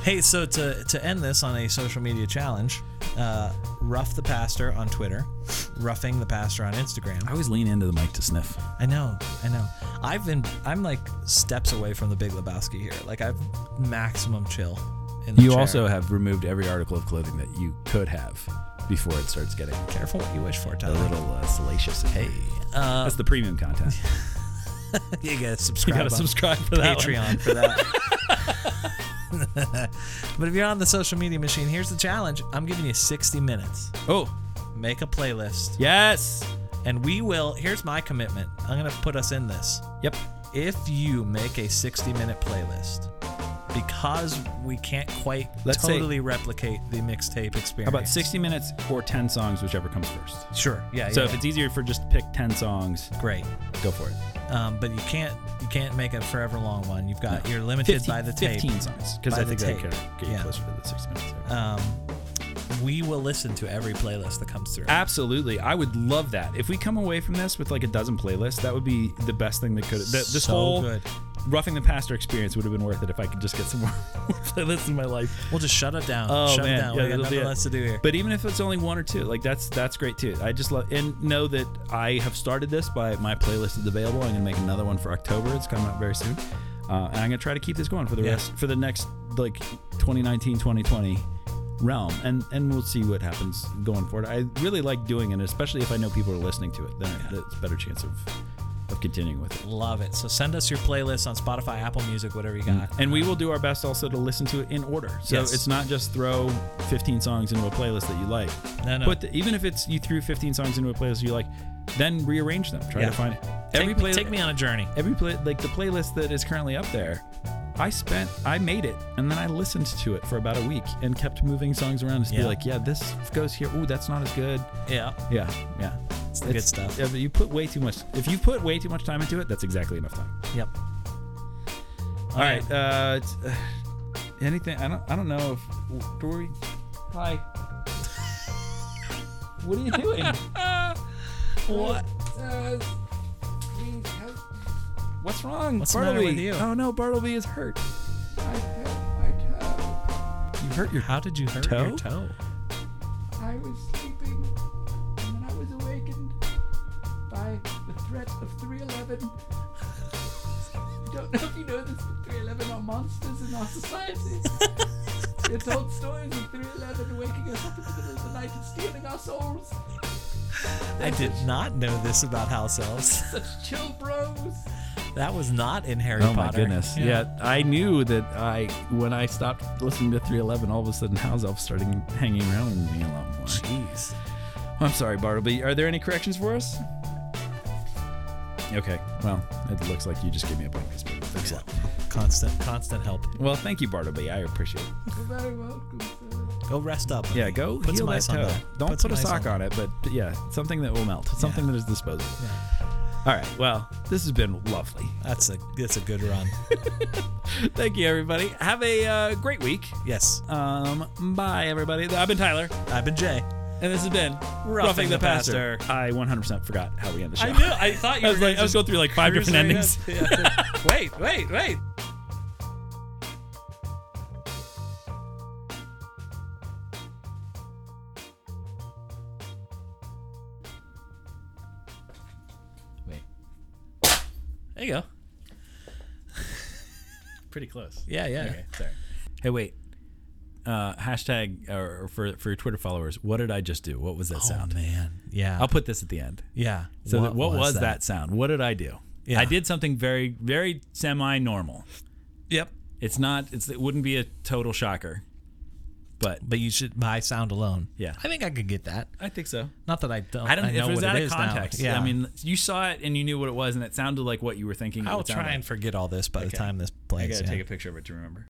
hey, so to to end this on a social media challenge, uh, rough the pastor on Twitter, roughing the pastor on I Instagram. always lean into the mic to sniff. I know, I know. I've been I'm like steps away from the Big Lebowski here. Like I've maximum chill. In the You chair. also have removed every article of clothing that you could have before it starts getting careful what you wish for, a Tyler. little uh, salacious. Hey, uh, that's the premium content. You gotta You subscribe. gotta on subscribe for that one. Patreon for that. but if you're on the social media machine, here's the challenge. I'm giving you 60 minutes. Oh Make a playlist. yes. And we will. Here's my commitment. I'm going to put us in this. Yep. If you make a 60 minute playlist, because we can't quite Let's say- totally replicate the mixtape experience. About 60 minutes or 10 songs, whichever comes first. Sure. Yeah. So yeah, if it's easier for just pick 10 songs, yeah. great. go for it. Um, but you can't you can't make a forever long one. You've got you're limited by the tape. 15 songs. Because By I the think that tape. could get you Yeah. closer to the 60 minutes. Um, we will listen to every playlist that comes through. Absolutely. I would love that. If we come away from this with like a dozen playlists, that would be the best thing that could. That, this So whole good. roughing the pastor experience would have been worth it if I could just get some more playlists in my life. We'll just shut it down. Oh shut man, it down. Yeah, we got that'll be nothing it. less to do here. But even if it's only one or two, like that's that's great too. I just love and know that I have started this by my playlist is available. I'm gonna make another one for October. It's coming up very soon, uh, and I'm gonna try to keep this going for the Yeah. rest for the next like 2019 2020 realm, and and we'll see what happens going forward. I really like doing it, especially if I know people are listening to it. Then it's a better chance of of continuing with it. Love it. So send us your playlists on Spotify, Apple Music, whatever you got. And we will do our best also to listen to it in order. So Yes. it's not just throw 15 songs into a playlist that you like. No, no. But the, even if it's you threw 15 songs into a playlist you like, then rearrange them. Try Yeah. to find Take every me- playlist. take me on a journey. Every play like the playlist that is currently up there. I spent, I made it, and then I listened to it for about a week and kept moving songs around to Yeah. be like, yeah, this goes here. Ooh, that's not as good. Yeah. Yeah, yeah. It's the good stuff. Yeah, but you put way too much. If you put way too much time into it, that's exactly enough time. Yep. All right. Uh, it's, uh, anything? I don't. I don't know if. Do we? Hi. what are you doing? What? Uh, what's wrong? What's the matter Bartleby? with you? Oh no, Bartleby is hurt. I hurt my toe. You hurt your. How did you hurt Toe? your toe? I was sleeping, and then I was awakened by the threat of 311. I don't know if you know this, but 311 are monsters in our society. They're told stories of 311 waking us up in the middle of the night and stealing our souls. I did not know this about house elves. Such chill bros. That was not in Harry Oh Potter. my goodness! Yeah. I knew that. I when I stopped listening to 311, all of a sudden House Elf started hanging around with me a lot more. Jeez. I'm sorry, Bartleby. Are there any corrections for us? Okay. Well, it looks like you just gave me a blank piece of paper. Thanks a lot. Constant, constant help. Well, thank you, Bartleby. I appreciate it. You're very welcome, sir. Go rest up. Yeah, go Put heal some that ice on toe. that. Don't put, some a ice sock on on it, but but yeah, something that will melt. Something that is disposable. Yeah. All right. Well, this has been lovely. That's a that's a good run. Thank you, everybody. Have a uh, great week. yes. Um, bye, everybody. I've been Tyler, I've been Jay. and this has been Roughing, the I 100% forgot how we end the show. I thought I was like, I was going through like five different endings. wait, wait, wait. Wait, There you go. pretty close. Yeah, yeah. Okay, sorry. Hey, wait. Uh, hashtag or or for for your Twitter followers, what did I just do? What was that sound? Oh man. Yeah. I'll put this at the end. yeah. So that- what, was that? sound? What did I do? Yeah. I did something very very semi-normal. Yep. It's not. It's it wouldn't be a total shocker, but But you should by sound alone. Yeah. I think I could get that. I think so. Not that I don't. I don't. know if it was what out it of is now. context, Yeah. I mean, you saw it and you knew what it was, and it sounded like what you were thinking. it I'll would sound try and like. forget all this by the Okay. time this plays. I gotta yeah. take a picture of it to remember.